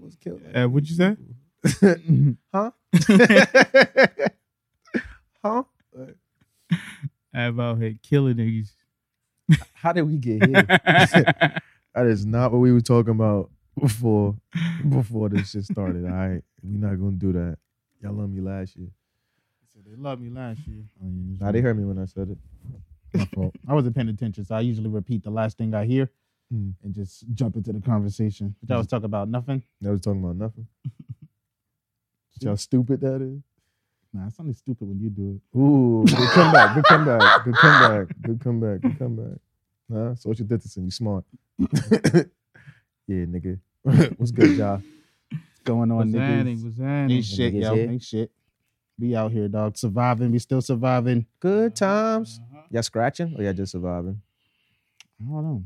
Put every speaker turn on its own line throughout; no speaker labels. was killed.
Uh, what'd you say?
huh? huh?
I about here killing niggas.
How did we get here? That is not what we were talking about before before this shit started. All right, we not gonna do that. Y'all love me last year.
They loved me last year.
Nah, they heard me when I said it.
My fault. I wasn't paying attention, so I usually repeat the last thing I hear
Mm.
and just jump into the conversation. Which I was talking about nothing.
They was talking about nothing. See how stupid that is.
Nah, it's only stupid when you do it.
Ooh, good comeback, good comeback, good comeback, good comeback, good comeback. Nah, social distancing, you smart. yeah, nigga. What's good, y'all?
What's going on,
What's
niggas?
happening? What's happening?
Ain't shit,
Niggas
yo.
here.
Ain't shit. Be out here, dog. Surviving. We still surviving.
Good times. Y'all scratching or y'all just surviving?
I don't know.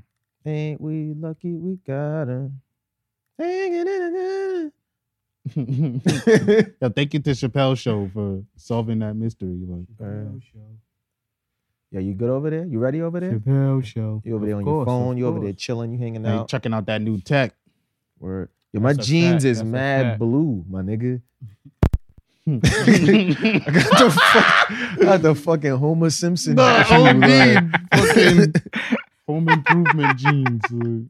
Ain't we lucky we got her? Hanging in
Yo, thank you to Chappelle Show for solving that mystery. Like,
Chappelle Uh, Yeah, you good over there? You ready over there?
Chappelle show.
You over
Of
there on your
course,
phone?
of
You over there
course.
chilling? You hanging
now,
out?
checking out that new tech.
Word. Yo, my
That's a
jeans
fact.
is
That's a
mad
fact.
blue, my nigga. I
Yo,
got the, fuck, I got the fucking Homer Simpson.
Nah,
jeans,
OD.
like-
Fucking- Home improvement jeans.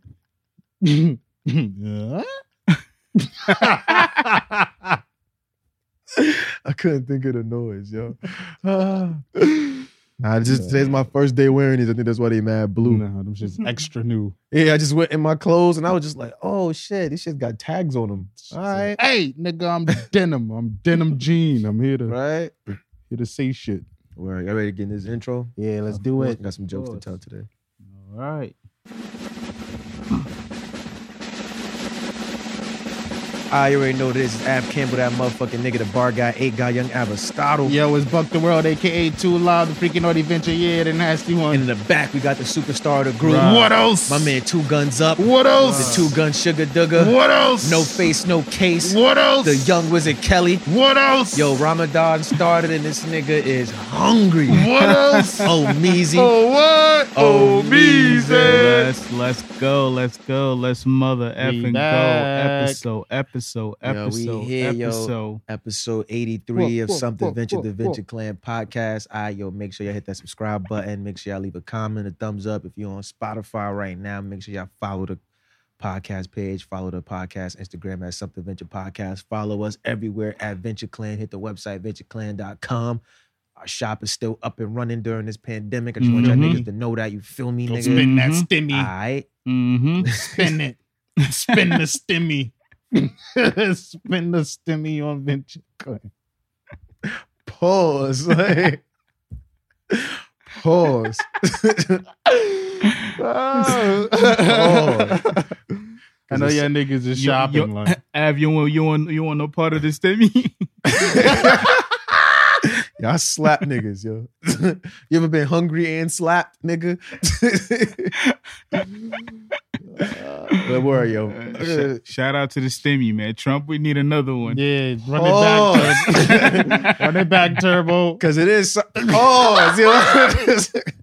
like. yeah.
I couldn't think of the noise, yo. nah, just today's my first day wearing these. I think that's why they mad blue.
No, them shit's extra new.
Yeah, I just went in my clothes and I was just like, oh shit, this shit got tags on them. All right,
Hey, nigga, I'm denim. I'm denim jean. I'm here to
right.
here to say shit.
Word, y'all ready to get in this intro?
Yeah, let's
Of
do
course.
it.
Got some jokes to
course.
tell today.
All right.
I already know this is Ab Campbell, that motherfucking nigga, the bar guy, eight guy, young Aristotle.
Yo, it's Buck the World, aka Too Loud, the freaking naughty venture. Yeah, the nasty
And in
one.
the back, we got the superstar of the group.
What else?
My man, two guns up.
What
The
else?
two gun sugar dugger.
What else?
No face, no case.
What else?
The young wizard Kelly.
What else?
Yo, Ramadan started and this nigga is hungry.
What else?
Oh, measy.
what?
Oh, measy.
Let's let's go, let's go, let's mother effing go.
back.
Episode, episode,
Yo, we
episode,
here, yo.
episode.
Episode 83 of
Whoa, whoa,
Something
whoa,
Venture
whoa,
the
whoa.
Venture Clan podcast. I yo, make sure y'all hit that subscribe button. Make sure y'all leave a comment, a thumbs up. If you're on Spotify right now, make sure y'all follow the podcast page, follow the podcast Instagram at Something Venture Podcast. Follow us everywhere at Venture Clan. Hit the website ventureclan.com. Our shop is still up and running during this pandemic. I just want y'all
Mhm.
niggas to know that. You feel me,
Mm-hmm. Don't
nigga?
spin that
Mhm.
stimmy.
All right.
Mm-hmm.
Spin it. spin the stimmy. spin the stimmy on venture. Clan.
Pause. Like, pause.
I know y'all niggas is
You-
shopping.
you-
like.
Av, you want you want you want no part of this Timmy?
Y'all slap niggas, yo. you ever been hungry and slapped, nigga? Don't worry, yo.
Uh, sh- shout out to the Stimmy, man. Trump, we need another one.
Yeah, run it back. Turbo.
Pause.
run it back, Turbo.
Cause it is so- oh, pause, yo. it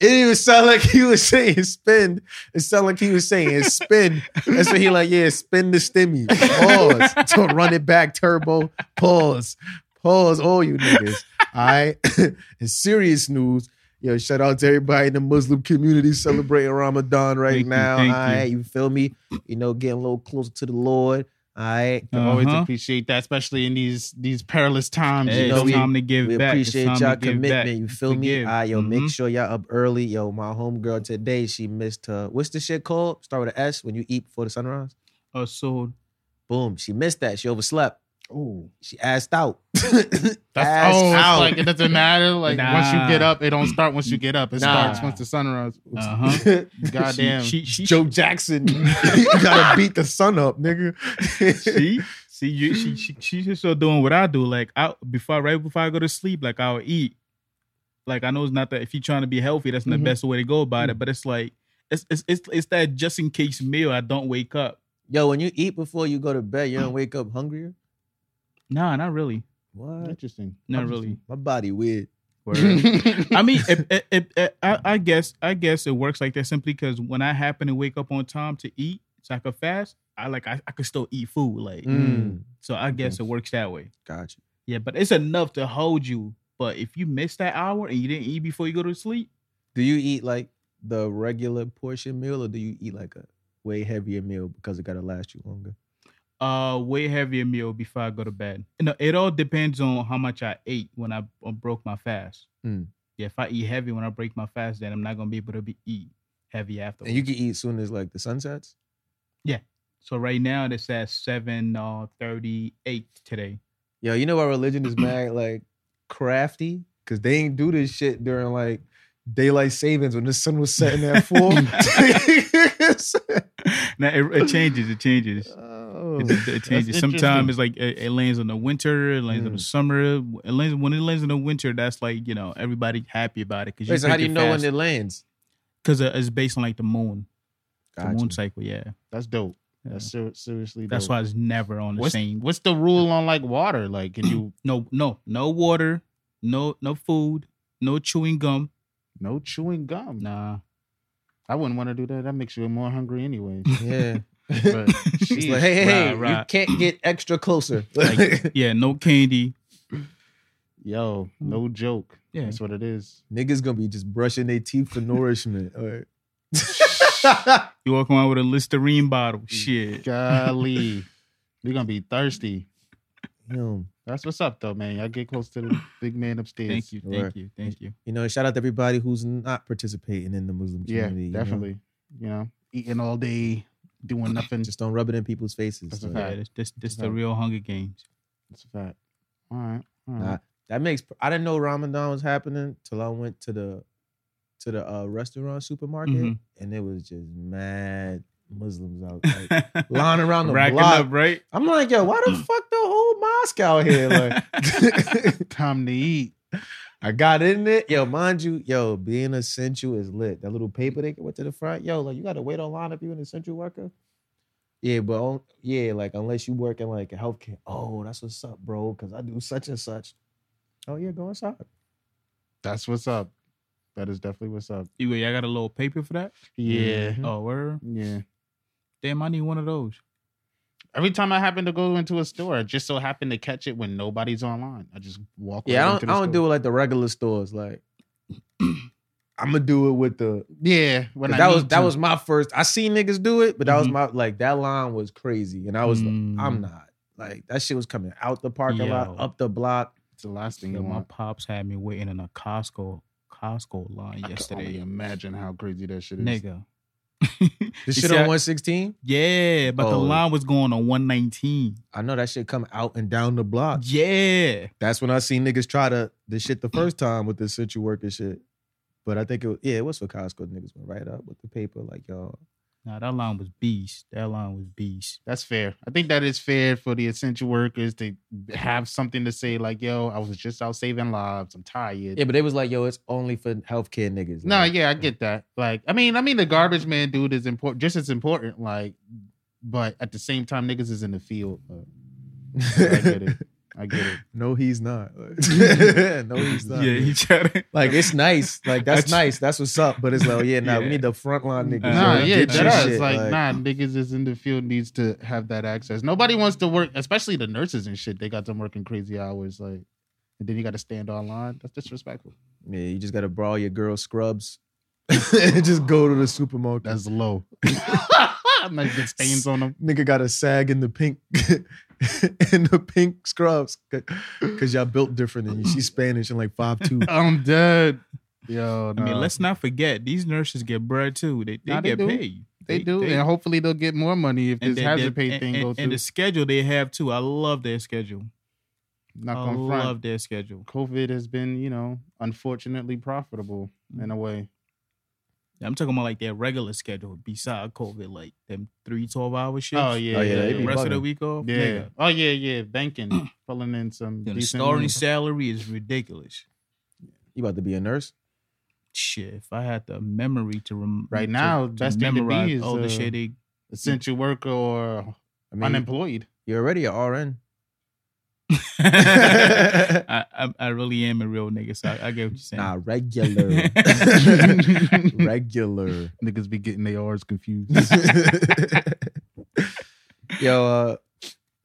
didn't even sound like he was saying spend. It sounded like he was saying spin. That's what he like, yeah, spin the stimmy. Pause. Don't run it back, turbo. Pause. Pause, all you niggas. All right. In serious news, yo, shout out to everybody in the Muslim community celebrating Ramadan right
Thank you,
now.
thank you.
all right, you. feel me? You know, getting a little closer to the Lord. All right.
I Always
Uh-huh.
appreciate that, especially in these these perilous times.
Hey,
You know,
it's
we-
time to give
We
back. It's
appreciate
time
y'all
to give
commitment.
back.
You feel
to
me?
give.
Ah, yo, make
Mhm.
sure y'all up early. Yo, my homegirl today, she missed her. What's the shit called? Start with an S when you eat before the sunrise.
Oh, so
Boom. She missed that. She overslept.
oh,
She assed out.
that's
Ass
oh, it's
out.
like it doesn't matter. Like
Nah.
once you get up, it don't start. Once you get up, it
Nah.
starts once the sunrise.
uh-huh.
Goddamn.
She, she, she,
Joe Jackson, you gotta beat the sun up, nigga.
see, see, you, she, she, she's just so doing what I do. Like, I before, right before I go to sleep, like I'll eat. Like I know it's not that if you're trying to be healthy, that's not
Mhm.
the best way to go about it. But it's like it's, it's it's it's that just in case meal. I don't wake up.
Yo, when you eat before you go to bed, you don't wake up hungrier.
Nah, not really, Mm-hmm.
What?
Interesting.
not really.
My body weird.
I mean, it, it, it, it, I, I guess I guess it works like that simply because when I happen to wake up on time to eat, so I could fast, I like I, I could still eat food. Like
Mm.
so I guess it works that way.
Got you.
Yeah, but it's enough to hold you. But if you miss that hour and you didn't eat before you go to sleep,
Do you eat like the regular portion meal, or do you eat like a way heavier meal because it gotta last you longer?
uh way heavier meal before I go to bed. No, it all depends on how much I ate when I uh, broke my fast.
Mm.
Yeah, if I eat heavy when I break my fast, then I'm not gonna be able to be eat heavy afterwards.
And you can eat soon as like the sun sets.
so right now it's at seven uh thirty eight today.
Yo, you know why religion is mad like crafty? Cause they ain't do this shit during like daylight savings when the sun was setting at four.
now it, it changes. It changes.
oh,
It, it changes. Sometimes it's like it, it lands in the winter, it lands in
Hmm.
the
Mm.
summer. It lands when it lands in the winter. That's like you know everybody happy about it because
Wait, so how do you know when it lands?
Because it's based on like the moon, the moon
Gotcha.
cycle. Yeah,
That's dope.
Yeah.
That's ser- seriously. Dope.
that's why it's never on the
What's,
same.
what's the rule on like water? Like, can you
No, no, no water, no, no food, no chewing gum.
no chewing gum?
Nah,
I wouldn't want to do that. That makes you more hungry anyway.
Yeah.
But
It's
sheesh.
like, hey, hey, hey,
Right, right.
you can't get extra closer.
Like- yeah, no candy.
yo,
Hmm.
no joke.
Yeah.
That's what it is.
Niggas gonna be just brushing their teeth for nourishment. All right.
You walk around with a Listerine bottle.
Mm.
Shit.
Golly, you're gonna be thirsty.
Yo,
That's what's up, though, man. Y'all get close to the big man upstairs.
Thank you, thank
Right.
you, thank you.
You know, shout out to everybody who's not participating in the Muslim
Yeah,
community. you know?
definitely. You know, eating all day, doing nothing.
Just don't rub it in people's faces.
That's a
Like,
fact.
Yeah, this this, this the
Right.
real Hunger Games.
That's a fact. All right. All right.
Nah. That makes I didn't know Ramadan was happening till I went to the to the uh, restaurant supermarket
Mhm.
Mm-hmm.
and it was just mad Muslims out like, lying around the
Racking
block.
up, right?
I'm like, yo, why the
Mm.
fuck the whole mosque out here? Like,
Time to eat.
I got in it. Yo, mind you, yo, being essential is lit. That little paper they went to the front, yo, like you gotta wait online if you're an essential worker. Yeah, but on, yeah, like unless you work in like healthcare. Oh, that's what's up, bro. Cause I do such and such. Oh yeah, go inside.
That's what's up. That is definitely what's up.
You wait, I got a little paper for that.
Yeah.
Mhm.
Oh, where?
Yeah.
Damn, I need one of those.
Every time I happen to go into a store, I just so happen to catch it when nobody's online. I just walk.
Yeah,
right
I don't,
into the
I don't
store.
do it like the regular stores. Like, I'm gonna do it with the. Mm-hmm.
Yeah, when
'cause
I
that was
need
that
to.
was my first. I seen niggas do it, but that was
Mhm.
my like that line was crazy, and I was
Mm.
like, I'm not like that shit was coming out the parking
Yo.
lot, up the block.
It's the last thing
Yo,
you
my
want.
pops had me waiting in a Costco Costco line
I can only
yesterday,
imagine how crazy that shit is.
nigga.
The
You
shit
see,
on
I-
116.
yeah, but the
Oh.
line was going on one nineteen.
I know that shit come out and down the
Uh,
block.
Yeah,
That's when I seen niggas try to the shit the first time with the situ worker shit. But I think it was, yeah, it was for Costco. Niggas went right up with the paper, like y'all.
nah, that line was beast. That line was beast.
That's fair. I think that is fair for the essential workers to have something to say, like, yo, I was just out saving lives. I'm tired.
Yeah, but it was like, yo, it's only for healthcare niggas.
no,
Like,
yeah, I get that. Like, I mean, I mean, the garbage man dude is important, just as important. Like, but at the same time, niggas is in the field. Uh, I get it. I get it.
no, he's not. no, he's not.
yeah, he tried. To,
Like it's nice, like that's
That's-
nice, that's what's up. But it's like, oh, yeah, nah,
Yeah.
we need the frontline niggas.
Nah,
yo,
yeah,
get your
that is
shit,
like, nah, niggas is in the field needs to have that access. Nobody wants to work, especially the nurses and shit. They got them working crazy hours, like, and then you got to stand online. That's disrespectful.
Yeah, you just gotta brawl your girl scrubs. and just go to the supermarket.
That's low. I'm not getting stains on them.
nigga got a sag in the pink in the pink scrubs because y'all built different and she's spanish and like five two
I'm dead. Yo,
I mean,
nah.
let's not forget these nurses get bread too. They they
uh, Nah, they
get
do.
paid.
they do, and hopefully they'll get more money if this
they-
hazard
they-
pay
and-
thing
and,
go
and
through.
the schedule they have too. I love their schedule.
not
I
gonna front.
love their schedule.
COVID has been, you know, unfortunately profitable in a way.
I'm talking about like their regular schedule beside COVID, like them three 12 hour shifts.
Oh yeah,
Oh, yeah,
yeah,
they
The
be
rest of the
bugging.
week off.
yeah.
nigga.
Oh yeah, yeah. Banking, pulling in some
Yo, the
decent
starting
money.
salary is ridiculous.
you about to be a nurse
Shit, if I had the memory to remember
Right now, best thing to be is,
all
uh,
the shit they
essential worker or
i mean
unemployed.
you're already a rn
I, I I really am a real nigga, so I, I get what you're saying.
Nah, regular. regular.
Niggas be getting their R's confused.
Yo, uh,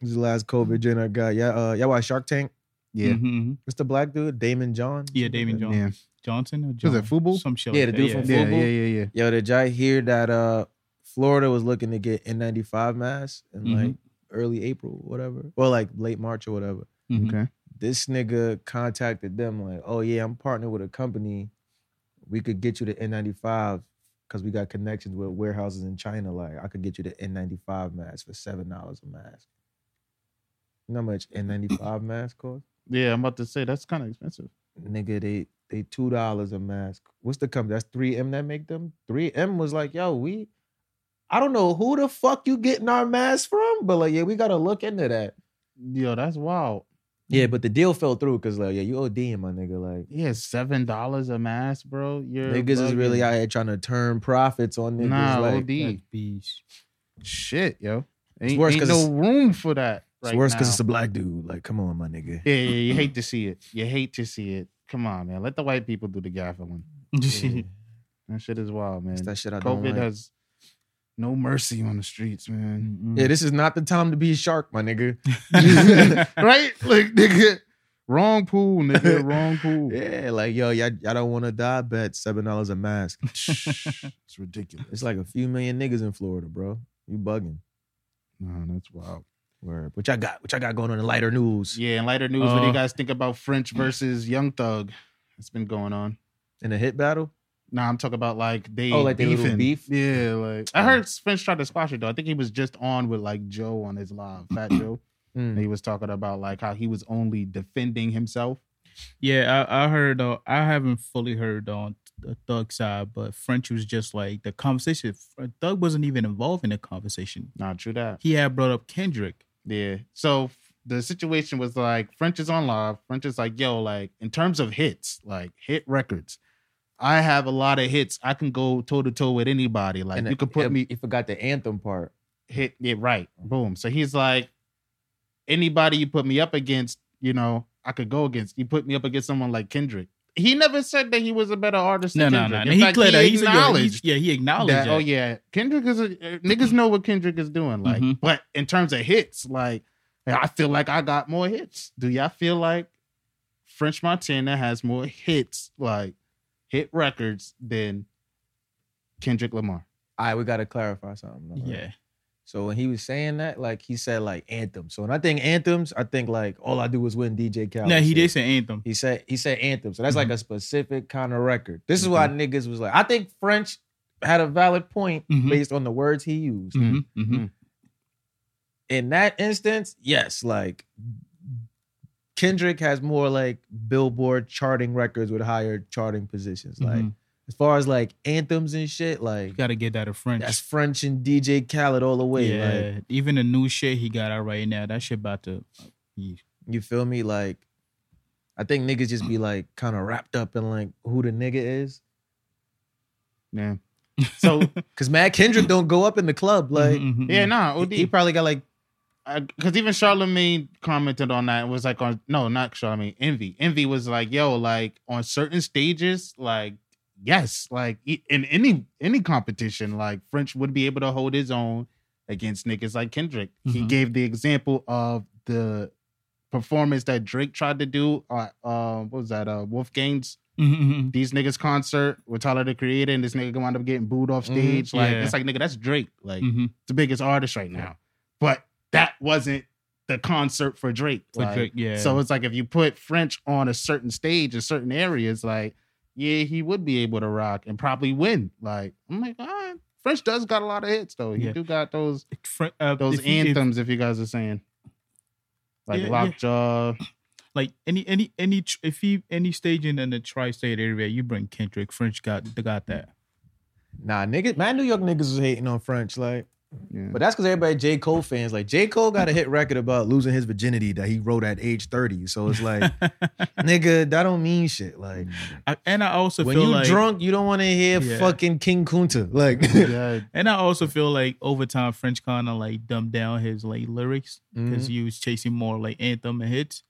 this is the last COVID gen I got. Yeah, uh, y'all watch Shark Tank?
Yeah.
Mhm.
It's the black dude, Damon John.
Yeah, Damon John.
Yeah.
Johnson or John?
Was it Fubu?
Some shit.
Yeah,
like
the dude
that,
from
yeah.
Yeah,
Fubu?
yeah, yeah, yeah.
Yo, did y'all hear that uh Florida was looking to get N95 masks in
Mhm.
like early April, whatever? Or like late March or whatever.
Mhm.
Okay.
This nigga contacted them like, oh yeah, I'm partnered with a company. We could get you the N95 because we got connections with warehouses in China. Like, I could get you the N95 mask for seven dollars a mask. You know how much N95 mask cost?
Yeah, I'm about to say that's kind of expensive.
nigga, they they two dollars a mask. What's the company? That's three M that make them. Three M was like, yo, we, I don't know who the fuck you getting our mask from, but like, yeah, we gotta look into that.
Yo, that's wild.
Yeah, but the deal fell through because like, yeah, you ODing my nigga, like.
Yeah, seven dollars a mask, bro. You're
Niggas is really
bugging.
out here trying to turn profits on niggas.
nah,
like,
OD.
That beast.
Shit, yo. Ain't,
worse
ain't
'cause
no
it's-
room for that.
it's
right
worse
now.
because it's a black dude. Like, come on, my nigga.
Yeah, yeah, you hate to see it. You hate to see it. Come on, man. Let the white people do the gaffling.
Yeah.
That shit is wild, man.
It's that shit I don't
COVID
like.
has no mercy on the streets, man.
Mhm.
Yeah, this is not the time to be a shark, my nigga.
right? Like, nigga, wrong pool, nigga, wrong pool.
Yeah, like, yo, y'all, y'all don't want to die, bet $7 a mask.
it's ridiculous.
It's like a few million niggas in Florida, bro. You bugging.
Nah, that's wild.
Word. Which I got, which I got going on in lighter news.
Yeah, and lighter news. what do
Uh,
you guys think about French versus Young Thug? It's been going on.
In a hit battle?
Nah, I'm talking about like they
Oh, like they
beefing.
little beef?
Yeah, like I heard French tried to squash it though. I think he was just on with like Joe on his live, Fat Joe. And he was talking about like how he was only defending himself.
Yeah, I, I heard. Uh, I haven't fully heard on the Thug side, but French was just like the conversation. uh, Thug wasn't even involved in the conversation.
Nah, true that.
He had brought up Kendrick.
Yeah. So f- the situation was like French is on live. French is like, yo, like in terms of hits, like hit records, I have a lot of hits. I can go toe to toe with anybody. Like
And
you could put
he-
me
He forgot the anthem part.
hit it right. Boom. So he's like, anybody you put me up against, you know, I could go against. You put me up against someone like Kendrick. He never said that he was a better artist.
No,
than
no,
Kendrick.
no.
In
He
fact,
cleared that. He said, yeah, he-
acknowledged
yeah, he acknowledged
that,
that.
oh yeah, Mm-hmm. Kendrick is a uh, niggas know what Kendrick is doing. Like,
Mhm.
but in terms of hits, like I feel like I got more hits. Do y'all feel like French Montana has more hits, like hit records than Kendrick Lamar?
All right, we gotta clarify something. all right?
yeah.
So when he was saying that, like he said like anthem. So when I think anthems, I think like all I do is win DJ Khaled.
No, he
shit.
did say anthem.
He said he said anthem. So that's like a specific kind of record. This is why niggas was like, I think French had a valid point
Mhm.
based on the words he used.
Mhm,
Mm-hmm.
mhm.
in that instance, yes, like Kendrick has more like Billboard charting records with higher charting positions. Like
Mhm.
as far as like anthems and shit, like
You got to get that of French.
that's French and DJ Khaled all the way.
yeah.
Like
Even the new shit he got out right now, that shit about to. Yeah.
you feel me? Like I think niggas just be like kind of wrapped up in like who the nigga is.
Yeah. So
Cause Matt Kendrick don't go up in the club. Like
Mhm, mhm,
yeah,
mhm.
nah,
he-
OD.
he probably got like
because even Charlemagne commented on that and was like, on no, not Charlemagne, Envy. Envy was like, yo, like on certain stages, like yes, like e- in any any competition, like French would be able to hold his own against niggas like Kendrick. He
Mhm.
gave the example of the performance that Drake tried to do. Uh, uh what was that? Uh, Wolfgang's
Mhm, mhm.
these niggas concert with Tyler the Creator, and this nigga wound up getting booed off
Mhm.
stage. Like
Yeah.
it's like nigga, that's Drake. Like
Mhm.
the biggest artist right now. But that wasn't the concert for Drake.
For
like,
Drake, yeah.
So it's like if you put French on a certain stage in certain areas, like, yeah, he would be able to rock and probably win. Like, I'm like, all right. French does got a lot of hits though. He
Yeah.
do got those
Fr- uh,
those
if you- if-
anthems if, you guys are saying. Like
Yeah, yeah.
Lockjaw.
like any any any tr- if he any staging in the tri-state area, you bring Kendrick French got got that.
Nah, niggas, my New York niggas was hating on French. Like
Yeah.
But that's because everybody J. Cole fans like J. Cole got a hit record about losing his virginity that he wrote at age 30. So it's like, nigga, that don't mean shit. Like
I- and I also
when
Mm. feel
you
like
drunk, you don't want to hear
Yeah.
fucking King Kunta. Like
yeah,
and I also feel like over time French kind of like dumbed down his like lyrics because
Mm-hmm.
he was chasing more like anthem and hits.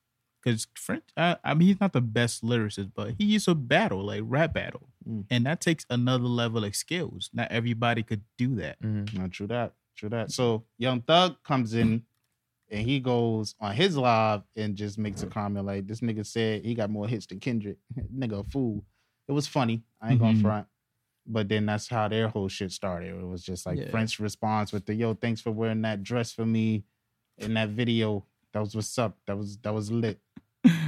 Because French, I, I mean, he's not the best lyricist, but he used to battle like rap battle,
Mm.
and that takes another level of skills. Not everybody could do that.
Mhm.
no, Mm-hmm. true that, true that. So Young Thug comes in, and he goes on his live and just makes a comment like, "This nigga said he got more hits than Kendrick. nigga, a fool." It was funny. I ain't
Mhm.
gonna front. But then that's how their whole shit started. It was just like
Yeah.
French response with the "Yo, thanks for wearing that dress for me in that video. That was what's up. That was that was lit."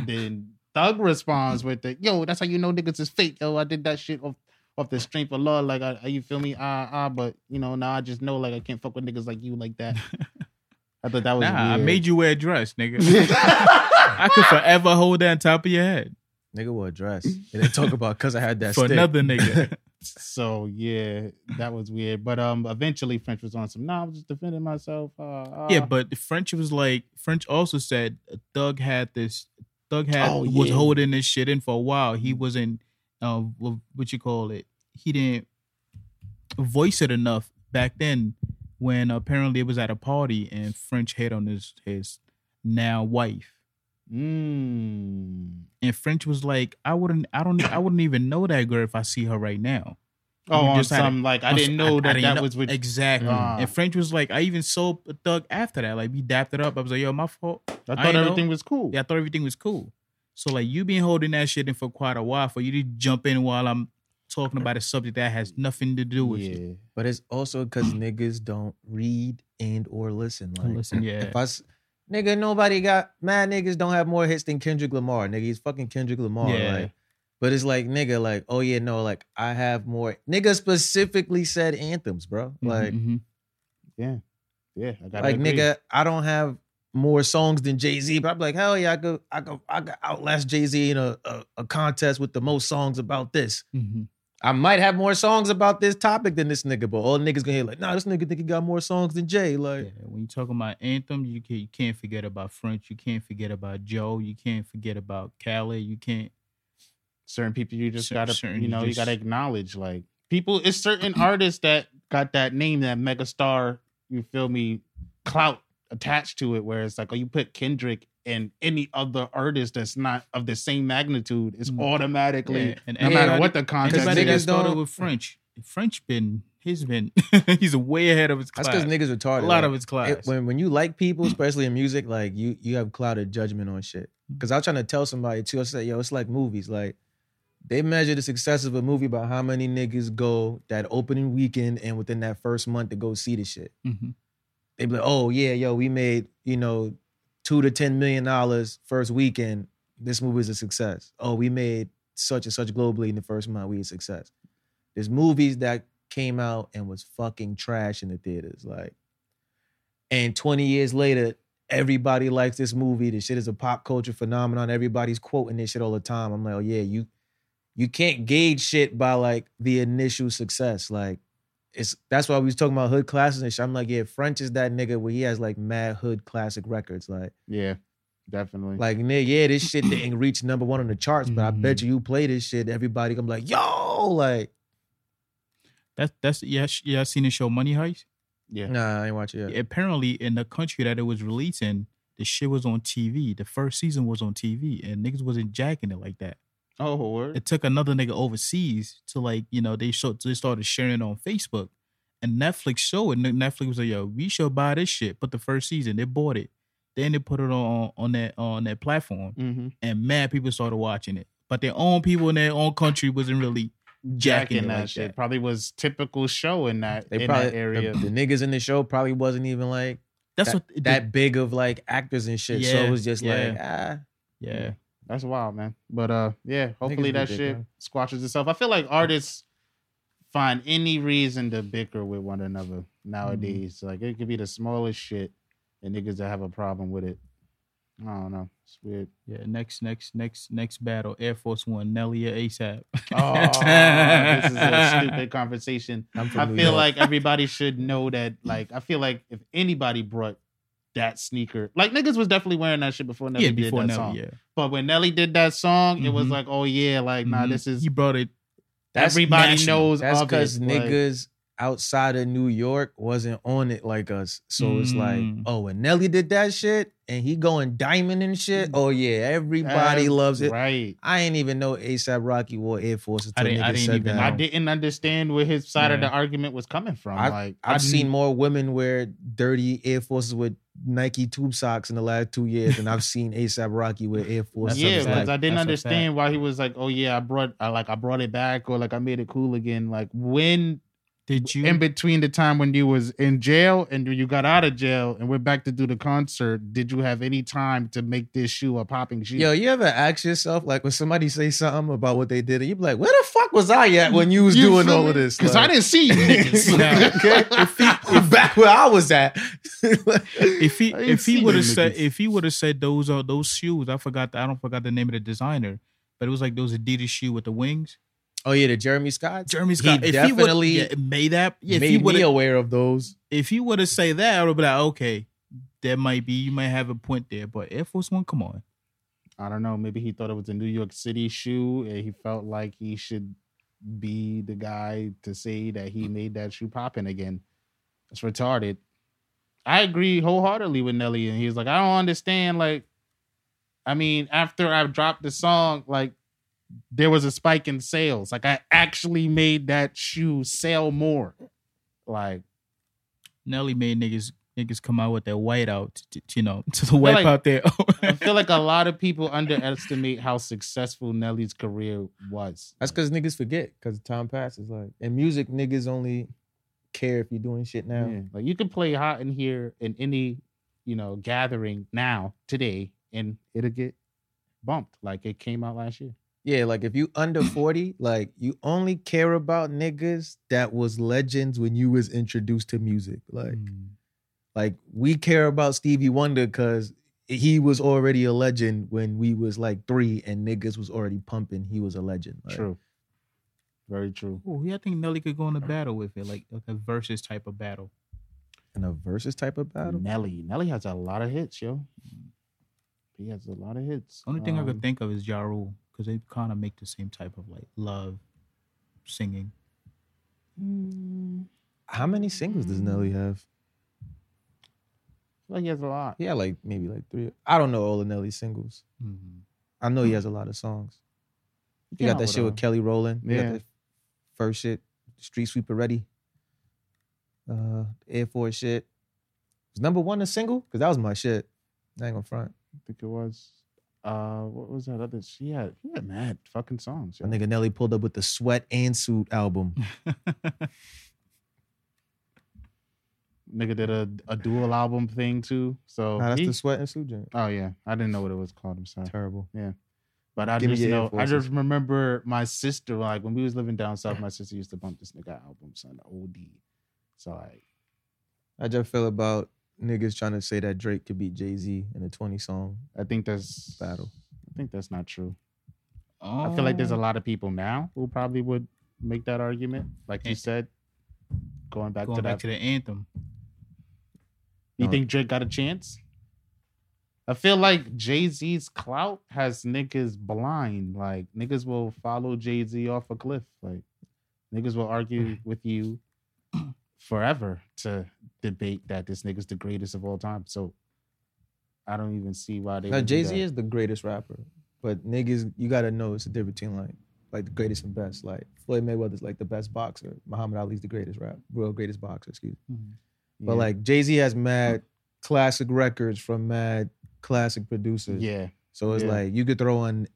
then Thug responds with the "Yo, that's how you know niggas is fake. Yo, I did that shit off off the strength of love. Like, I, I- you feel me? Ah, ah. But you know, now I just know like I can't fuck with niggas like you like that. I thought that was
Nah, I
weird.
made you wear a dress, nigga. I could forever hold that on top of your head
Nigga wore a dress. And they talk about cause I had that
for
stick.
another nigga.
so yeah, that was weird. But um, eventually French was on some. Nah, I was just defending myself. Ah, ah."
yeah, but French was like French also said Thug had this. Thug had
Oh,
was
yeah. Mm-hmm.
holding this shit in for a while. He wasn't uh, wh- what you call it. He didn't voice it enough back then. When apparently it was at a party and French hit on his his now wife.
Mm.
And French was like, I wouldn't, I don't, I wouldn't even know that girl if I see her right now.
Oh,
You
on
just had
some like I
I'm
didn't
so-
know that
didn't
that
know-
was with.
exactly.
Ah.
and French was like, I even saw Thug after that. Like we dapped it up. I was like, Yo, my fault.
I
I
thought
know.
everything was cool.
Yeah, I thought everything was cool. So like you been holding that shit in for quite a while for you to jump in while I'm talking about a subject that has nothing to do with you.
yeah.
But it's also because niggas don't read and or listen. Like,
Listen, yeah.
if I, s- nigga, nobody got mad. Niggas don't have more hits than Kendrick Lamar. Nigga, he's fucking Kendrick Lamar.
Yeah.
Like, but it's like nigga, like, oh yeah, no, like I have more. Nigga specifically said anthems, bro. Like,
Mhm,
Yeah, I got
like nigga, I don't have more songs than Jay Z. But I'm like, hell yeah, I could, I could, I could outlast Jay Z in a, a a contest with the most songs about this.
mhm,
I might have more songs about this topic than this nigga, but all niggas gonna hear like, nah, this nigga think he got more songs than Jay. Like,
mhm. Yeah, When you talking about anthem, you can you can't forget about French. You can't forget about Joe. You can't forget about Cali. You can't.
certain people you just
Cer-
gotta
certain
you
you
know you
just-
gotta acknowledge like people it's certain artists that got that name that megastar you feel me clout attached to it where it's like oh you put kendrick and any other artist that's not of the same magnitude it's
Mm.
automatically
Yeah, and
no matter
anybody-
what the context
Anybody
niggas
that
is
started
don't-
with French, French been he's been he's way ahead of his
that's
class.
because niggas retarded.
a
like,
lot of his class.
It, when when you like people, especially in music, like you you have clouded judgment on shit. Because I was trying to tell somebody too. I said, yo, it's like movies. Like they measure the success of a movie by how many niggas go that opening weekend and within that first month to go see the shit.
Mhm.
They be like, oh yeah, yo, we made you know two to ten million dollars first weekend. This movie is a success. Oh, we made such and such globally in the first month. We a success. There's movies that came out and was fucking trash in the theaters. Like, and 20 years later, everybody likes this movie. This shit is a pop culture phenomenon. Everybody's quoting this shit all the time. I'm like, oh yeah, you you can't gauge shit by like the initial success. Like, it's that's why we was talking about hood classes and shit. I'm like, yeah, French is that nigga where he has like mad hood classic records. Like,
yeah definitely
like nigga, yeah, this shit didn't reach number one on the charts, but I
Mm-hmm.
bet you you play this shit, everybody gonna be like, yo, like,
That's that's yeah sh- yeah. I seen the show Money Heist.
yeah
nah, I ain't watch it yet.
apparently in the country that it was released in, the shit was on TV. The first season was on TV, and niggas wasn't jacking it like that.
oh word.
It took another nigga overseas to like, you know, they showed they started sharing it on Facebook, and Netflix showed it. and Netflix was like, "Yo, we should buy this shit." But the first season, they bought it. Then they put it on on that on that platform,
Mhm.
and mad people started watching it. But their own people in their own country wasn't really jacking,
Jacking
it
that
like
shit
that.
probably was typical show in that
They
in
probably
that area.
The, the niggas in the show probably wasn't even like
That's
that,
what
that big of like actors and shit. so
Yeah,
it was just like ah.
yeah.
That's wild, man. But uh, yeah, hopefully
Niggas be
that shit
bickering.
squashes itself. I feel like artists find any reason to bicker with one another
Mm-hmm.
nowadays. Like it could be the smallest shit, and niggas that have a problem with it. I don't know. It's weird.
Yeah, next, next, next, next battle. Air Force One, Nelly or ASAP.
Oh, this is a stupid conversation.
I'm from
I
New
feel
York.
like everybody should know that. Like, I feel like if anybody brought that sneaker, like niggas was definitely wearing that shit before Nelly
yeah,
did
before
that
Nelly.
song.
Yeah,
But when Nelly did that song, it was
Mhm.
like, oh yeah, like nah,
Mhm.
this is
he brought it.
That's
everybody
national.
knows.
That's
of it.
because
Like,
niggas outside of New York wasn't on it like us. So it's like,
Mm.
oh, when Nelly did that shit and he going diamond and shit. Oh yeah, everybody
Mm. that's
loves it.
Right.
I ain't even know ASAP Rocky wore Air Force
I
until
didn't-
niggas
I didn't
said
even-
that.
I didn't understand where his side of the
Yeah.
argument was coming from. like
I've
I-
seen more women wear dirty Air Forces with Nike tube socks in the last two years than I've seen ASAP Rocky wear Air Force.
That's
yeah,
upset.
because I didn't
That's
understand why he was like, "Oh yeah, I brought, I like, I brought it back, or like, I made it cool again." Like when
Did you?
in between the time when you was in jail and you got out of jail and we're back to do the concert, did you have any time to make this shoe a popping shoe?
Yo, you ever ask yourself, like, when somebody say something about what they did, and you be like, where the fuck was I at when you was
You
doing
feel
all
me?
of this?
because
Like-
I didn't see you. niggas.
Nah.
okay? If he, if back where I was at.
if he
I ain't
if he
seen
would
them
have said
niggas.
if he would have said those are those shoes, I forgot the, I don't forgot the name of the designer, but it was like those Adidas shoe with the wings.
oh yeah, the Jeremy Scott.
Jeremy Scott.
He
if
definitely
he would yeah, made that. Yeah, if he
made
would
me
have
aware of those.
if he would have said that, I would have been like, okay, that might be you might have a point there, but Air Force One, come on.
I don't know. Maybe he thought it was a New York City shoe, and he felt like he should be the guy to say that he made that shoe popping again. It's retarded. I agree wholeheartedly with Nelly, and he was like, I don't understand. Like, I mean, after I dropped the song, like there was a spike in sales. Like I actually made that shoe sell more. Like
Nelly made niggas niggas come out with that white out, t- t- you know, to the wipe
like-
out there.
I feel like a lot of people underestimate how successful Nelly's career was.
That's because niggas forget because time passes. Like in music, niggas only care if you're doing shit now.
Yeah. Like you can play hot in here in any, you know, gathering now, today, and it'll get bumped like it came out last year.
Yeah, like if you under 40, like you only care about niggas that was legends when you was introduced to music. Like
Mm.
like we care about Stevie Wonder because he was already a legend when we was like three and niggas was already pumping he was a legend. Like,
True. Very true.
Ooh, yeah, I think Nelly could go in a battle with it, like a versus type of battle.
In a versus type of battle.
Nelly. Nelly has a lot of hits, yo. He has a lot of hits.
Only thing I
Um,
could think of is Ja Rule because they kind of make the same type of like love singing.
mm,
How many singles does Nelly have?
Like he has a lot.
Yeah, like maybe like three. I don't know all of Nelly's singles.
Mm-hmm.
I know he
Mm.
has a lot of songs. He
came
got
out
that
with
shit with
a-
Kelly Rowland. He got
Yeah.
that first shit, Street Sweeper Ready. Uh, Air Force shit. Was number one a single? Because that was my shit. I ain't gonna front.
I think it was. Uh, what was that other? She had he had mad fucking songs.
I
yo.
think Nelly pulled up with the Sweat and Suit album.
Nigga did a, a dual album thing too. So
Nah, that's
Oh, he-
the Sweat and Suit joint.
oh yeah, I didn't know what it was called. I'm sorry.
Terrible.
But I
Give me
just
your Air
know, I
Forces.
just remember my sister, like when we was living down south, my sister used to bump this nigga album, son, OD. So like,
I just feel about niggas trying to say that Drake could beat Jay Z in a 20 song.
I think that's
Battle.
I think that's not true. I feel
Um,
like there's
Oh.
a lot of people now who probably would make that argument, like you
Eh.
said. Going back
going
to
back
that,
to the anthem.
you think Drake got a chance? I feel like Jay Z's clout has niggas blind. Like niggas will follow Jay Z off a cliff. Like niggas will argue
Mm.
with you forever to debate that this nigga's the greatest of all time. So I don't even see why they.
Now
would do
Jay Z
that.
is the greatest rapper, but niggas, you gotta know it's a difference between like like the greatest and best. Like Floyd Mayweather's like the best boxer. Muhammad Ali's the greatest rap, real greatest boxer. Excuse me.
yeah.
But like Jay Z has mad classic records from mad classic producers.
yeah,
So it's
Yeah.
like you could throw on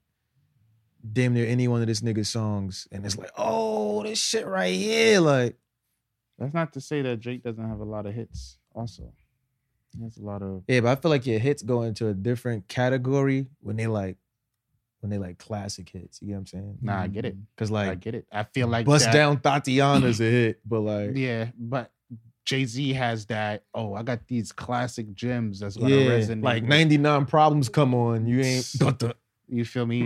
damn near any one of this nigga's songs, and it's like, oh, this shit right here, like.
that's not to say that Drake doesn't have a lot of hits. Also, he has a lot of
Yeah, but I feel like your hits go into a different category when they like when they like classic hits. You get what I'm saying?
Nah, I get it.
Cause
I
Mm. like
get it. I feel like
Bust
that-
Down Tatiana's a hit, but like
Yeah, but Jay Z has that. Oh, I got these classic gems that's gonna
Yeah,
resonate.
Like
with-
99 problems come on. You ain't.
you feel me?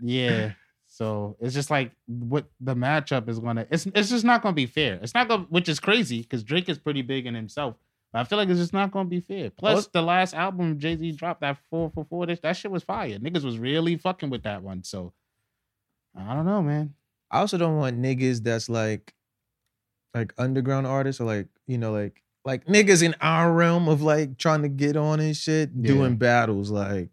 yeah. So it's just like what the matchup is gonna. It's it's just not gonna be fair. It's not gonna, which is crazy because Drake is pretty big in himself. But I feel like it's just not gonna be fair. Plus,
What?
the last album Jay Z dropped, that four for four, that, that shit was fire. Niggas was really fucking with that one. So I don't know, man.
I also don't want niggas that's like like underground artists or like, you know, like like niggas in our realm of like trying to get on and shit,
Yeah.
doing battles. Like,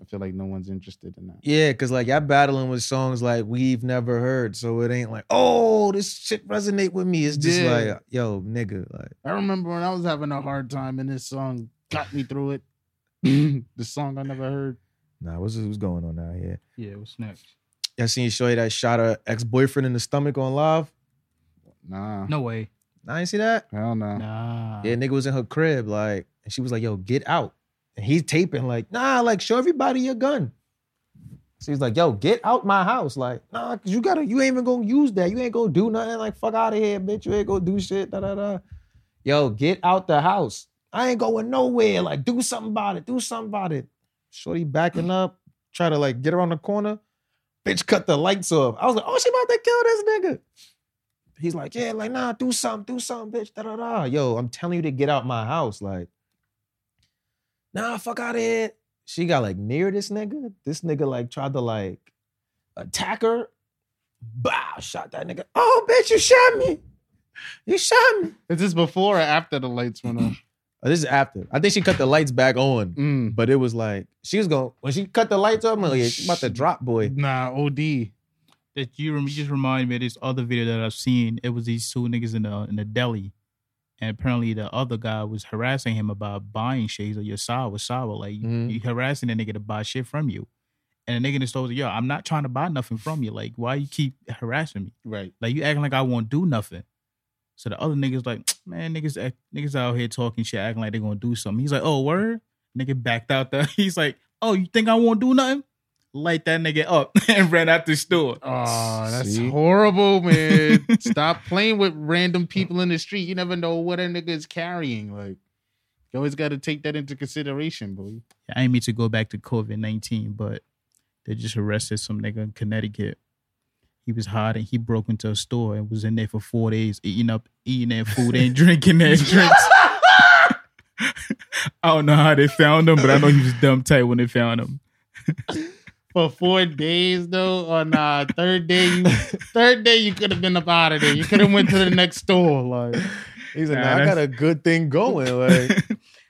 I feel like no one's interested in that.
yeah, cause like y'all battling with songs like we've never heard. So it ain't like, oh, this shit resonate with me. It's just
Yeah.
like, yo, nigga, like
I remember when I was having a hard time, and this song got me through it. the song I never heard.
Nah, what's what's going on out here?
Yeah, what's next?
Y'all seen Shoy that shot her ex boyfriend in the stomach on live?
Nah,
No way.
I ain't see that.
hell
Uh,
no.
Nah.
Yeah, nigga was in her crib, like, and she was like, yo, get out. And he's taping, like, nah, like, show everybody your gun. So he's like, yo, get out my house. Like, nah, cause you gotta, you ain't even gonna use that. You ain't gonna do nothing. Like, fuck out of here, bitch. You ain't gonna do shit. Da da da. Yo, get out the house. I ain't going nowhere. Like, do something about it. Do something about it. Shorty backing up, try to like get around the corner. Bitch cut the lights off. I was like, oh, she about to kill this nigga. He's like, yeah, like, nah, do something, do something, bitch. Da da da. Yo, I'm telling you to get out my house. Like, nah, fuck out of here. She got like near this nigga. This nigga like tried to like attack her. Bow, shot that nigga. Oh, bitch, you shot me. You shot me.
Is this before or after the lights went off?
Oh, this is after. I think she cut the lights back on,
Mm.
but it was like she was going when she cut the lights up. I'm like, yeah, she about to drop, boy.
Nah, OD.
That you, rem- you just remind me of this other video that I've seen. It was these two niggas in the in the deli, and apparently the other guy was harassing him about buying shit. He's like, "Your sour was sour, like
Mhm.
you harassing the nigga to buy shit from you." And the nigga in the store was like, "Yo, I'm not trying to buy nothing from you. Like, why you keep harassing me?
Right.
Like, you acting like I won't do nothing." So the other niggas like, "Man, niggas act, niggas out here talking shit, acting like they're gonna do something." He's like, "Oh, word." Nigga backed out the. He's like, "Oh, you think I won't do nothing?" Light that nigga up and ran out the store.
Oh, that's
See?
horrible, man. Stop playing with random people in the street. You never know what a nigga is carrying. Like, you always got to take that into consideration, boy.
I ain't mean to go back to COVID nineteen, but they just arrested some nigga in Connecticut. He was hiding. He broke into a store and was in there for four days, eating up, eating their food and drinking their drinks. I don't know how they found him, but I know he was dumb tight when they found him.
For four days though, on uh, third day, you third day you could have been up out of there. You could have went to the next store. Like,
He's like,
Nah,
nah, I
that's-
got a good thing going. Like,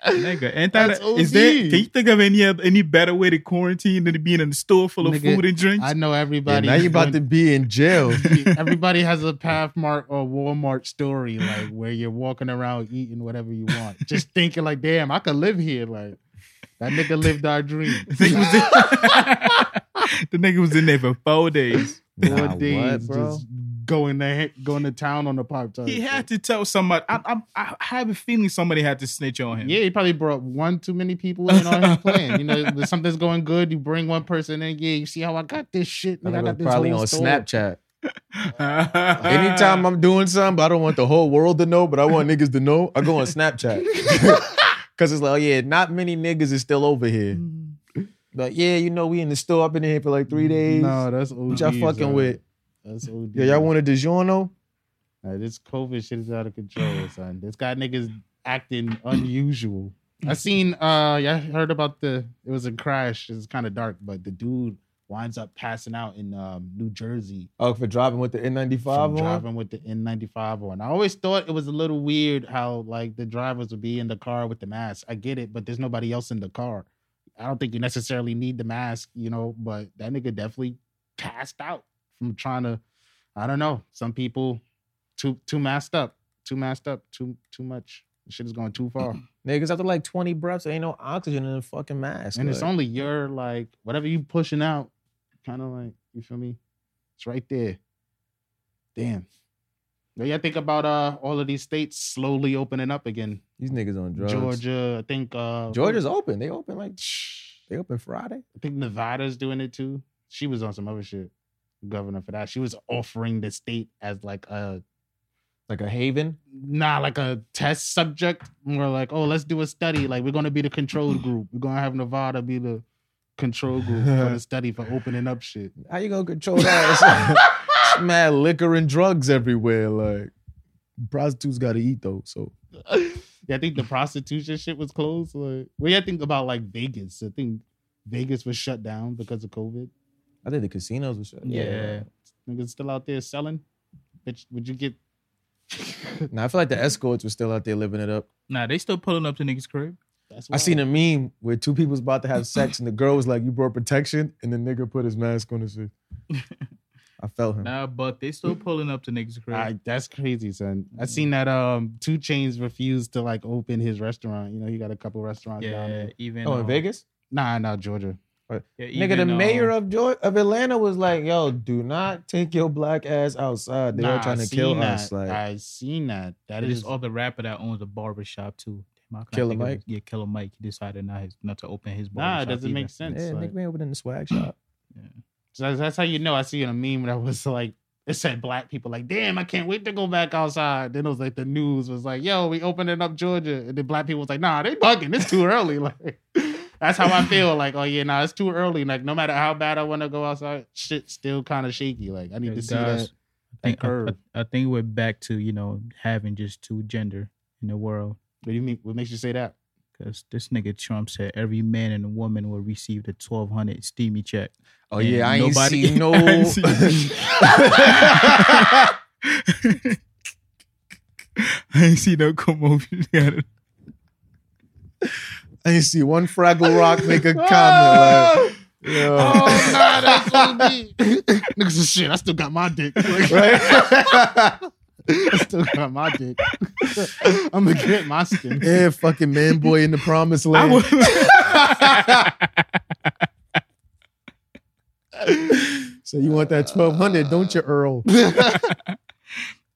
Nigga, ain't that
That's
is there?
OD.
Can you think of any other- any better way to quarantine than being in a store full of
Nigga,
food and drinks?
I know
yeah,
everybody.
now
is
you about
doing-
to be in jail.
Everybody has a Pathmark or Walmart story, like where you're walking around eating whatever you want, just thinking like, "Damn, I could live here." Like that nigga lived our dream.
the, nigga was in, the nigga was in there for four days.
Nah,
Four
what,
days,
bro?
just going to going to town on the pop tart.
He had to tell somebody. I, I, I have a feeling somebody had to snitch on him.
Yeah, he probably brought one too many people in on his plan. You know, if something's going good, you bring one person in. Yeah, you see how I got this shit.
That
nigga, I
nigga
got
was
this
probably
whole
on
store.
Snapchat. Anytime
Anytime
I'm doing something, but I don't want the whole world to know, but I want niggas to know, I go on Snapchat. Cause it's like, oh yeah, not many niggas is still over here. Like, yeah, you know, we in the store. I've been in here for like three days.
No, that's OD.
what y'all fucking
son.
with?
That's OD.
Yeah, y'all want a DiGiorno?
Nah, this COVID shit is out of control, son. This guy niggas acting unusual. I seen uh y'all heard about the it was a crash. It's kind of dark, but the dude winds up passing out in um, New Jersey
Oh, for driving with the N95
from
on?
driving with the N95 on. I always thought it was a little weird how like the drivers would be in the car with the mask. I get it, but there's nobody else in the car. I don't think you necessarily need the mask, you know, but that nigga definitely passed out from trying to I don't know. Some people too too masked up, too masked up, too too much. Shit is going too
Oh,
far.
Niggas after like 20 breaths, there ain't no oxygen in the fucking mask.
and it's
like.
only your like whatever you pushing out, kind of like you feel me. It's right there. Damn. Now y'all think about uh all of these states slowly opening up again.
These niggas on drugs.
Georgia, I think uh
Georgia's open. They open like
I
they open Friday.
think Nevada's doing it too. She was on some other shit, governor for that. She was offering the state as like a
like a haven.
nah, like a test subject. We're like, oh, let's do a study. Like, we're gonna be the control
Mm.
group. We're gonna have Nevada be the control group for the study for opening up shit.
How you gonna control that? It's it's mad liquor and drugs everywhere. Like prostitutes got to eat though. So
Yeah, I think the prostitution shit was closed. Like, what do you think about like Vegas? I think Vegas was shut down because of COVID.
I think the casinos were shut.
Yeah.
Niggas still out there selling. Bitch, would you get?
Now I feel like the escorts were still out there living it up.
Nah, they still pulling up to niggas' crib.
That's
I
wild.
seen a meme where two people was about to have sex and the girl was like, "You brought protection," and the nigga put his mask on and shit. I felt him.
Nah, but they still pulling up to niggas' crib.
I, that's crazy, son.
Mm.
I seen that um Two Chains refused to like open his restaurant. You know, he got a couple restaurants down
yeah,
there.
even
Oh, in
um,
Vegas,
Nah, not Georgia.
yeah,
nigga,
even,
the
um,
mayor of Georgia, of Atlanta was like, "Yo, do not take your black ass outside. They
Nah,
are trying
I
to kill
seen
us."
that.
Like,
I seen that. That
It is
is
all the rapper that owns a barber shop too. Damn, I can't
Killer
think of-
Mike?
Yeah, Killer Mike. He decided not his, not to open his barber
nah. It
shop.
doesn't
either.
make sense.
yeah,
like-
nigga, we opening the swag shop.
so that's, that's how you know. I see in a meme that was like it said black people like, damn, I can't wait to go back outside. Then it was like the news was like, yo, we opening up Georgia, and then black people was like, nah, they bugging. It's too early. Like that's how I feel. Like oh yeah, nah, it's too early. Like no matter how bad I want to go outside, shit's still kind of shaky. Like I need
Yeah,
to see
guys,
that.
I think, I-
curve.
I, I think we're back to you know having just two gender in the world.
What do you mean? What makes you say that?
Because this nigga Trump said every man and woman will receive the twelve hundred steamy check.
Oh
And
yeah, I ain't
nobody-
see no.
I ain't see- I ain't see no commotion.
I ain't see one Fraggle Rock make a comment.
Oh!
Like, yo.
Oh nah, that's so me. Niggas is shit. I still got my dick. Like,
right?
I still got my dick. I'm gonna get my skin.
yeah, fucking man boy in the promised
I
land.
would.
so you want that twelve hundred, don't you, Earl?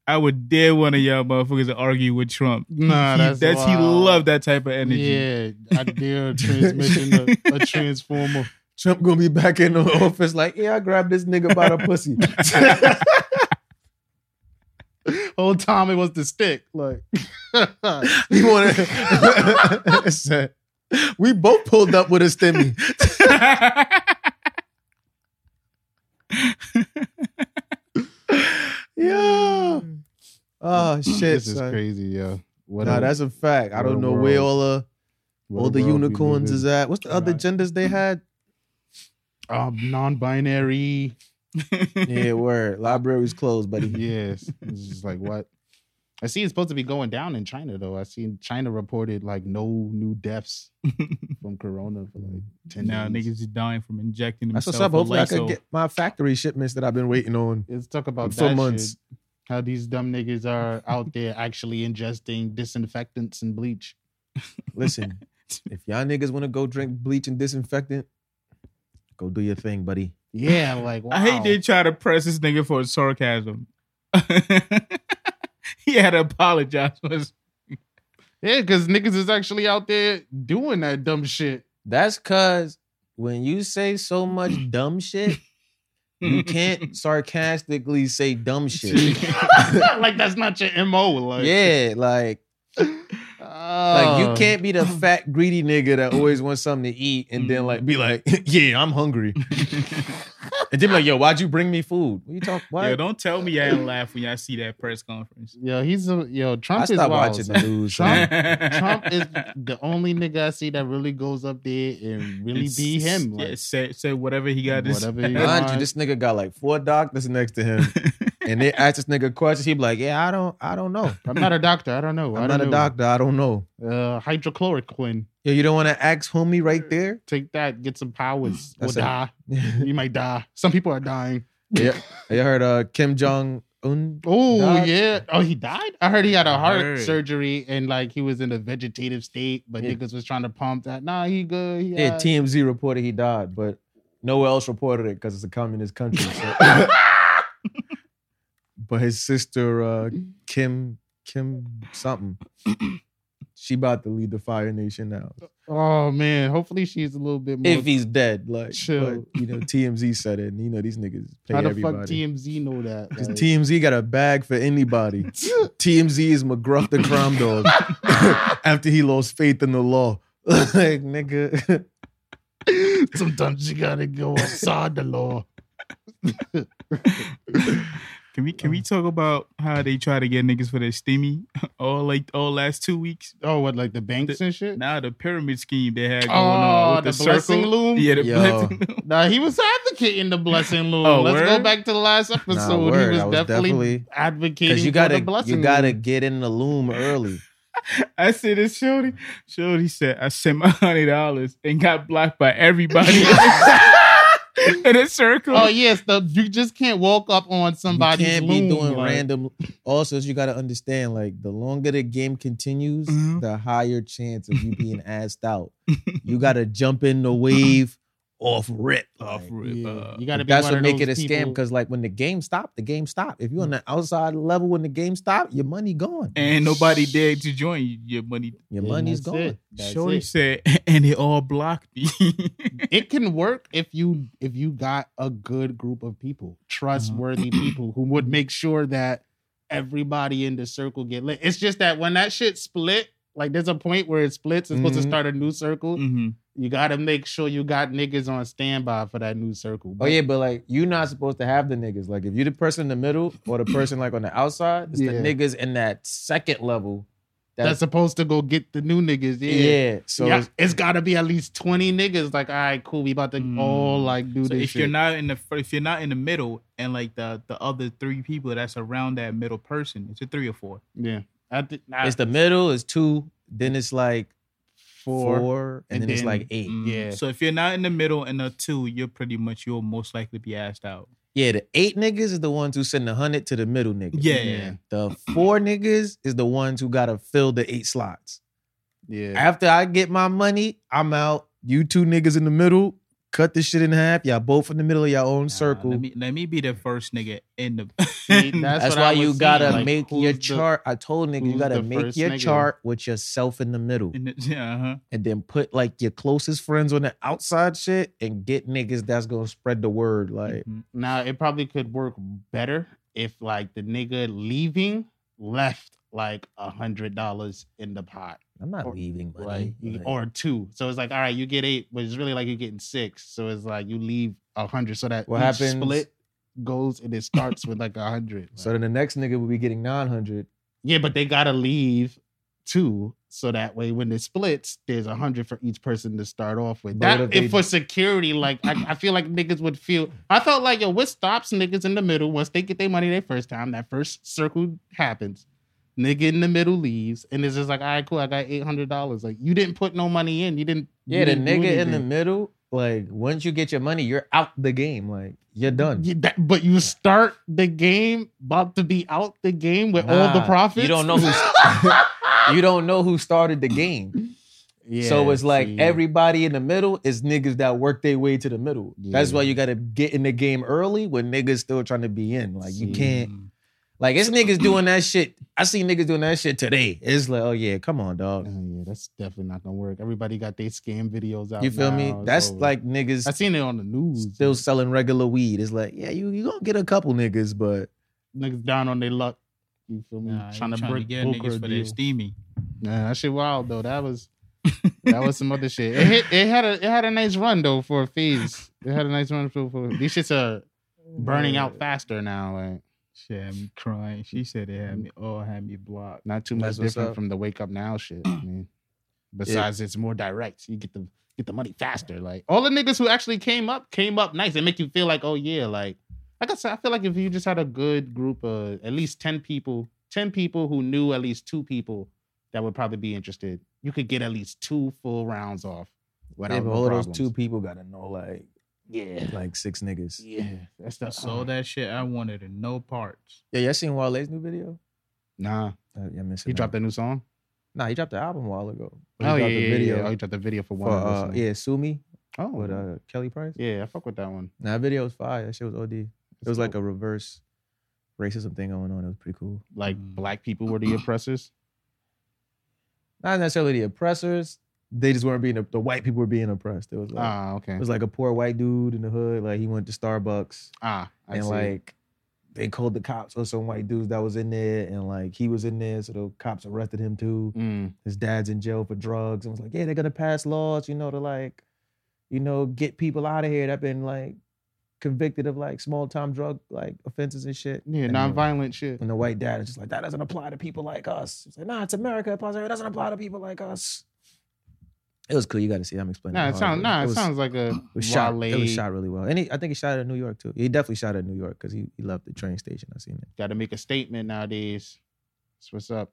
I would dare one of y'all motherfuckers to argue with Trump.
Nah,
He-
that's
he
wild.
loved that type of energy.
Yeah, I dare transmission a, a transformer.
Trump gonna be back in the office like, yeah, I grabbed this nigga by the pussy.
Whole time it was the stick. Like
He wanted. we both pulled up with a stimmy. Yeah. Oh shit.
this is
son.
crazy, yeah. What
Nah,
a-
that's a fact. I
what a
don't know where
world.
all the
what
all
a
the
world we
unicorns
live
is
in.
at. What's the other
Right.
genders they had?
um, non-binary.
Yeah, word. Libraries closed, buddy.
Yes. It's just like what? I see it's supposed to be going down in China though. I seen China reported like no new deaths from corona for like 10
now
days.
niggas is dying from injecting
That's
themselves.
what's up.
with
Hopefully, I could
Lysol.
get my factory shipments that I've been waiting on.
Let's talk about
For
that
months.
shit. How these dumb niggas are out there actually ingesting disinfectants and bleach.
Listen, if y'all niggas want to go drink bleach and disinfectant, go do your thing, buddy.
Yeah, like wow.
I hate they try to press this nigga for his sarcasm. he had to apologize for his
Yeah, because niggas is actually out there doing that dumb shit.
That's cause when you say so much dumb shit, you can't sarcastically say dumb shit.
like that's not your mo. Like oh.
yeah, like like you can't be the fat greedy nigga that always wants something to eat and then like be like, yeah, I'm hungry, and then be like, yo, why'd you bring me food? What you talk? What?
Yo, don't tell me I ain't laugh when y'all see that press conference.
Yo, he's a, yo. Trump
I
is
stopped
wild,
watching
son.
the news.
Trump,
man.
Trump is the only nigga I see that really goes up there and really
It's-
be him. Like,
yeah, say, say whatever he got. This.
Whatever he got.
Mind you, this nigga got like four doctors next to him, and they asked this nigga questions. He be like, "Yeah, I don't, I don't know.
I'm not a doctor. I don't know. I
I'm
don't
not a
know.
doctor. I don't know."
Uh, hydrochloroquine.
Yo, you don't want to ask homie right there?
Take that. Get some powers. Or
Mm, That's it.
die.
yeah,
You might die. Some people are dying.
you heard uh, Kim Jong Un?
Oh
Died?
yeah. Oh, he died. I heard he had a
I
heart
heard.
surgery and like he was in a vegetative state, but
Yeah.
niggas was trying to pump that. Nah, he good. He
Yeah,
alright.
TMZ reported he died, but no one else reported it because it's a communist country. so-
Mm-hmm.
but his sister uh, Kim Kim something She about to lead the Fire Nation now.
Oh man, hopefully she's a little bit more.
If he's dead, like
Chill.
but, you know, TMZ said it, and you know these niggas pay
how the
everybody.
fuck TMZ know that?
Because
Like,
TMZ got a bag for anybody. TMZ is McGruff the crime dog after he lost faith in the law. like, nigga.
Sometimes you gotta go outside the law.
Can we can we talk about how they try to get niggas for their steamy all like all last two weeks?
Oh, what like the banks and shit?
Now the pyramid scheme they had going on
Oh,
with
the,
the,
blessing
circle.
loom.
Yeah, the
Yo.
blessing loom.
Nah, he was advocating the blessing loom.
Oh,
Let's go
word?
back to the last episode.
word,
he was,
I was
definitely,
definitely-
advocating
Because you
for
gotta
the blessing
you gotta get in the loom early.
I said this Shorty. Shorty said I sent my hundred dollars and got blocked by everybody in a circle.
loom. Oh yes, the you just can't walk up on somebody.
you can't be
loom,
doing
like,
random. Also, you gotta understand, like the longer the game continues,
Mhm.
the higher chance of you being asked out. You gotta jump in the wave off rip.
Oh,
Off
like.
rip,
Yeah,
uh,
you gotta be
That's
one
what
of
make it a
those
scam
people-
because like when the game stopped, the game stopped. If you're on the outside level when the game stopped, your money gone.
and nobody dared to join you. Your money.
your
Yeah,
money's
that's
gone.
it. That's
Shorty
it.
said, and they all blocked me.
it can work if you if you got a good group of people, trustworthy people who would make sure that everybody in the circle get lit. It's just that when that shit split, like there's a point where it splits, it's supposed to
Mhm.
start a new circle.
Mhm.
You gotta make sure you got niggas on standby for that new circle.
Oh yeah, but like you're not supposed to have the niggas. Like if you're the person in the middle or the person like on the outside, it's
Yeah.
the niggas in that second level.
that's, supposed to go get the new niggas.
yeah.
Yeah.
So
yeah, it's gotta be at least 20 niggas. Like, all right, cool, we about to
Mm.
all like do
So
this.
if
shit.
you're not in the fir- if you're not in the middle and like the the other three people that's around that middle person, it's a three or four.
yeah, I thi- I-
it's the middle, it's two, then it's like
Four.
four, and,
and
then, it's
then-
like eight.
Mm.
Yeah.
So if you're not in the middle and a two, you're pretty much you'll most likely be asked out.
Yeah, the eight niggas is the ones who send the hundred to the middle niggas.
Yeah.
yeah,
The four niggas is the ones who gotta fill the eight slots.
yeah.
After I get my money, I'm out. You two niggas in the middle, cut this shit in half. Y'all both in the middle of your own
Nah,
circle.
Let me let me be the first nigga in the.
See, that's-
That's
what
why
I was
you
saying,
gotta
like,
make
who's
your
the-
chart. I told nigga you
who's
gotta
the
make
first
your
nigga?
chart with yourself in the middle,
in the- yeah, uh-huh.
and then put like your closest friends on the outside shit, and get niggas that's gonna spread the word. Like
Mhm.
Now it probably could work better if like the nigga leaving left like a hundred dollars in the pot,
I'm not
Or-
leaving
right?
money.
You-
Like,
Or two. So it's like, all right, you get eight, but it's really like you're getting six. So it's like you leave a hundred, so that
What
each
happens-
split goes and it starts with like a hundred.
so then the next nigga will be getting nine hundred.
yeah, but they gotta leave two. So that way, when it splits, there's a hundred for each person to start off with.
But what
That
if
if
they-
for security, like I, I feel like niggas would feel. I felt like yo, what stops niggas in the middle once they get their money their first time? That first circle happens. Nigga in the middle leaves, and it's just like, all right, cool. I got eight hundred dollars. Like you didn't put no money in. You didn't. you
Yeah, the
didn't do
nigga in the
anything.
middle. Like once you get your money, you're out the game. Like you're done.
You- that- but you start the game about to be out the game with all the
Nah,
profits.
you don't know You don't know who started the game.
Yeah,
so it's like
see.
everybody in the middle is niggas that work their way to the middle. That's
Yeah.
why you gotta get in the game early when niggas still trying to be in. Like you
See.
can't like it's niggas doing that shit. I see niggas doing that shit today. It's like, oh yeah, come on, dog.
Oh, yeah, that's definitely not gonna work. Everybody got their scam videos out.
You feel me?
now. It's
That's
over.
like niggas
I seen it on the news.
still
Those
selling regular weed. It's like, yeah, you you gonna get a couple niggas, but
niggas down on their luck. You feel me?
Nah,
trying
you
to break
get
Booker
niggas for their
deal.
steamy.
Nah, that shit wild though. That was that was some other shit. It hit, it had a it had a nice run though for a phase. It had a nice run for, for these shits are burning out faster now. Like
She had me crying. She said they had me all had me blocked.
not too much
That's what's
different
up.
from the wake up now shit. I mean, besides it's more direct. You get the get the money faster. Like all the niggas who actually came up came up nice. They make you feel like, oh yeah, like like I said, I feel like if you just had a good group of at least ten people, ten people who knew at least two people that would probably be interested, you could get at least two full rounds off
yeah,
without
but
no
all those
problems.
two people gotta know like
Yeah,
like six niggas.
yeah. That's
I
the uh,
saw that shit. I wanted to no parts.
Yeah, y'all seen Wale's new video?
Nah,
Uh, yeah,
he dropped that new song.
Nah, he dropped the album a while ago. He
Oh yeah,
dropped
yeah,
the
video.
video.
yeah. Oh, he dropped the video for one.
for,
of those
uh,
songs.
yeah, Sue Me
Oh,
with uh, Kelly Price.
yeah. I fuck with that one.
Nah, that video was fire. That shit was OD. It was like a reverse racism thing going on. It was pretty cool.
like
Mm.
black people were the oppressors.
not necessarily the oppressors. They just weren't being the white people were being oppressed. It was like
Ah, okay.
it was like a poor white dude in the hood. Like he went to Starbucks
Ah, I
and
see.
like they called the cops on some white dudes that was in there and like he was in there, so the cops arrested him too.
Mm,
His dad's in jail for drugs and was like, yeah, they're gonna pass laws, you know, to like, you know, get people out of here that been like convicted of like small time drug like offenses and shit.
yeah,
And
nonviolent shit.
and the white dad is just like, that doesn't apply to people like us. He's like, nah, it's America. It applies to- it doesn't apply to people like us. It was cool. You got to see. I'm explaining.
Nah, it
hard,
sounds
but
nah, it,
was-
sounds like a
It was shot. It
Wale.
was shot really well. And he, I think he shot it in New York too. He definitely shot it in New York because he, he left the train station. I seen it.
Got to make a statement nowadays. That's what's up.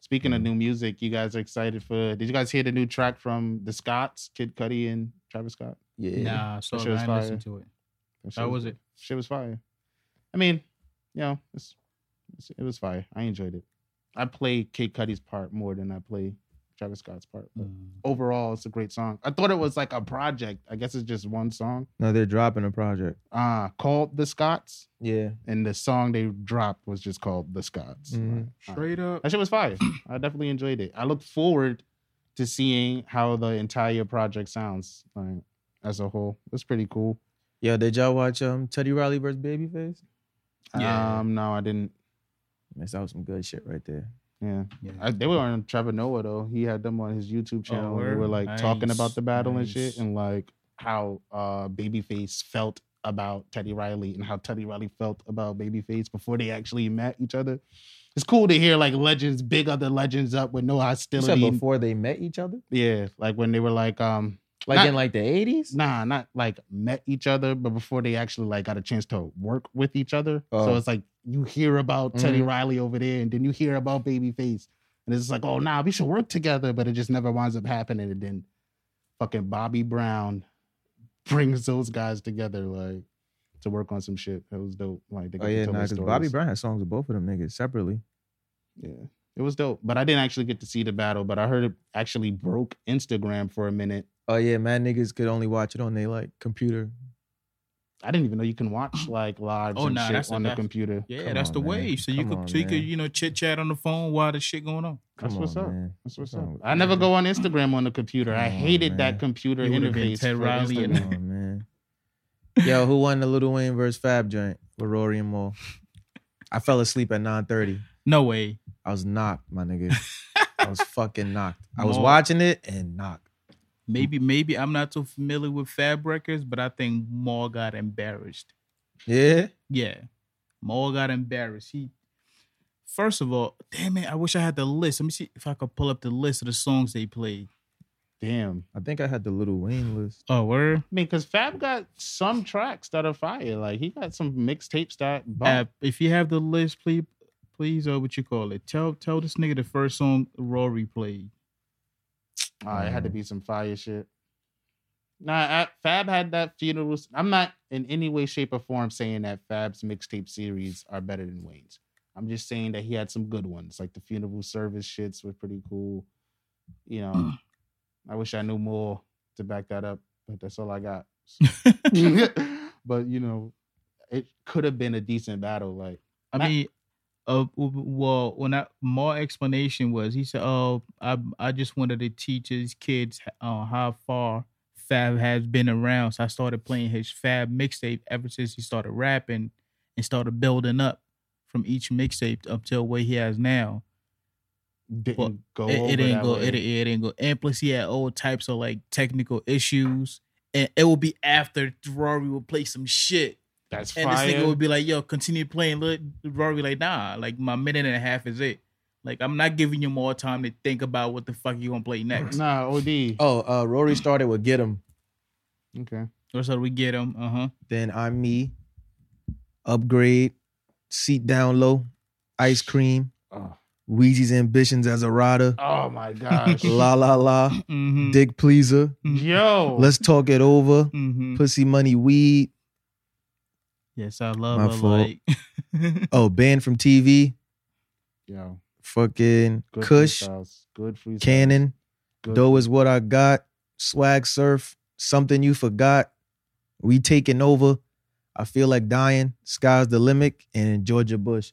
Speaking of
Mhm.
new music, you guys are excited for? Did you guys hear the new track from the Scots, Kid Cudi and Travis Scott?
Yeah.
Nah, so I
That shit was
didn't listen
fire.
to it.
That shit
How was it?
Shit was fire. I mean, you know, it's, it's- it was fire. I enjoyed it. I play Kid Cudi's part more than I play Travis Scott's part. But
Mm.
overall, it's a great song. I thought it was like a project. I guess it's just one song.
No, they're dropping a project.
Uh called The Scots,
Yeah.
and the song they dropped was just called The Scots.
Mhm.
Straight up.
Mm-hmm. That shit was fire. I definitely enjoyed it. I look forward to seeing how the entire project sounds like as a whole. It's pretty cool.
Yo, did y'all watch um Teddy Riley versus Babyface?
Yeah.
Um, no, I didn't.
Man, that was some good shit right there.
Yeah.
Yeah.
I, they were on Trevor Noah though. He had them on his
Oh,
YouTube channel. they
word?
were like talking
Nice,
about the battle
nice.
and shit, and like how uh Babyface felt about Teddy Riley and how Teddy Riley felt about Babyface before they actually met each other. It's cool to hear like legends, big other legends up with no
You said
hostility.
before they met each other,
Yeah, like when they were like, um,
like
Not-
in like the '80s.
nah, not like met each other, but before they actually like got a chance to work with each other.
Oh.
So it's like you hear about Teddy
Mhm.
Riley over there, and then you hear about Babyface, and it's like, oh, nah, we should work together, but it just never winds up happening. And then fucking Bobby Brown brings those guys together, like to work on some shit. It was dope. Like they
Oh
got
yeah,
to tell
nah,
their
because
stories.
Bobby Brown had songs with both of them niggas separately.
Yeah. It was dope, but I didn't actually get to see the battle. But I heard it actually broke Instagram for a minute.
Oh yeah, mad niggas could only watch it on their like computer.
I didn't even know you can watch like lives
Oh,
and
nah,
shit
that's a-
on the
that's-
computer.
Yeah,
Come
that's
on,
the
man.
way. So you
Come
could,
on,
so you could,
man.
you know, chit chat on the phone while the shit going on.
That's
Come
what's
on,
up.
man.
That's what's up.
Oh,
What's
I never
wrong
go on Instagram on the computer.
Come
I
on,
hated
man.
that computer
You Oh, would've been
interface.
Ted
for
Riley in
Instagram.
Come on, man. Yo, who won the Little Wayne versus Fab joint with Rory and Mo? I fell asleep at 9:30.
No way.
I was knocked, my nigga. I was fucking knocked. I was
Mo.
watching it and knocked.
Maybe, maybe I'm not so familiar with Fab Records, but I think Maul got embarrassed.
Yeah.
Yeah. Maul got embarrassed. He first of all, damn it, I wish I had the list. Let me see if I could pull up the list of the songs they played.
Damn. I mean,
I think I had the Little Wayne list.
Oh, word?
because Fab got some tracks that are fire. Like he got some mixtapes that bump.
Uh, if you have the list, please please uh what you call it. Tell tell this nigga the first song Rory played.
Ah, it had
Mm-hmm.
to be some fire shit. Nah, I, Fab had that funeral. s- I'm not in any way, shape, or form saying that Fab's mixtape series are better than Wayne's. I'm just saying that he had some good ones, like the funeral service shits were pretty cool. You know,
Mm.
I wish I knew more to back that up, but that's all I got. but you know, it could have been a decent battle. Like,
I
Not-
mean, uh, w- w- well, when I more explanation was, he said, "Oh, I I just wanted to teach his kids uh, how far Fab has been around." So I started playing his Fab mixtape ever since he started rapping and started building up from each mixtape up till where he has now.
didn't
Well,
go.
it,
over
it
that
ain't go.
way.
It, it ain't go. And plus, he had all types of like technical issues. And it will be after Rory will play some shit.
That's fire.
And this nigga would be like, yo, continue playing. Look, Rory, like, nah, like my minute and a half is it. Like, I'm not giving you more time to think about what the fuck you gonna play next.
nah, OD.
Oh, uh, Rory started with Get 'em.
Okay.
Or so we get him. Uh huh.
Then I'm me. Upgrade. Seat down low. Ice cream.
Oh,
Wheezy's ambitions as a rider.
oh my gosh.
La la la.
Mm-hmm.
Dick pleaser.
Yo.
Let's talk it over.
mm-hmm.
Pussy money weed.
Yes, I love
My
her.
fault.
Like,
Oh, banned from TV.
Yo.
Fucking
Good uh,
Kush.
freestyles. Good freestyles.
Cannon.
Good.
Dough is what I got. Swag surf. Something you forgot. We taking over. I feel like dying. Sky's the limit. And Georgia Bush.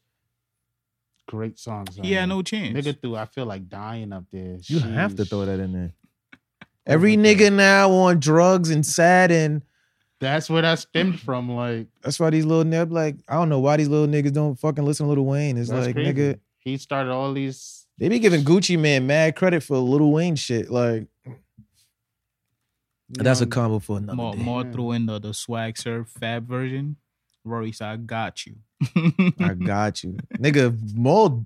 great songs.
He had
no
no chance.
nigga through. I feel like dying up there.
You have to
Sheesh.
throw that in there.
Every nigga now on drugs and sad and
That's where that stemmed from. Like
that's why these little niggas like I don't know why these little niggas don't fucking listen to Little Wayne. It's
that's
like
crazy.
nigga,
he started all these.
they be giving Gucci man mad credit for Little Wayne shit. Like that's a combo for another
More,
day.
more
Yeah.
throw in the, the swag surf fab version. Rory said, I got you.
I got you, nigga. More,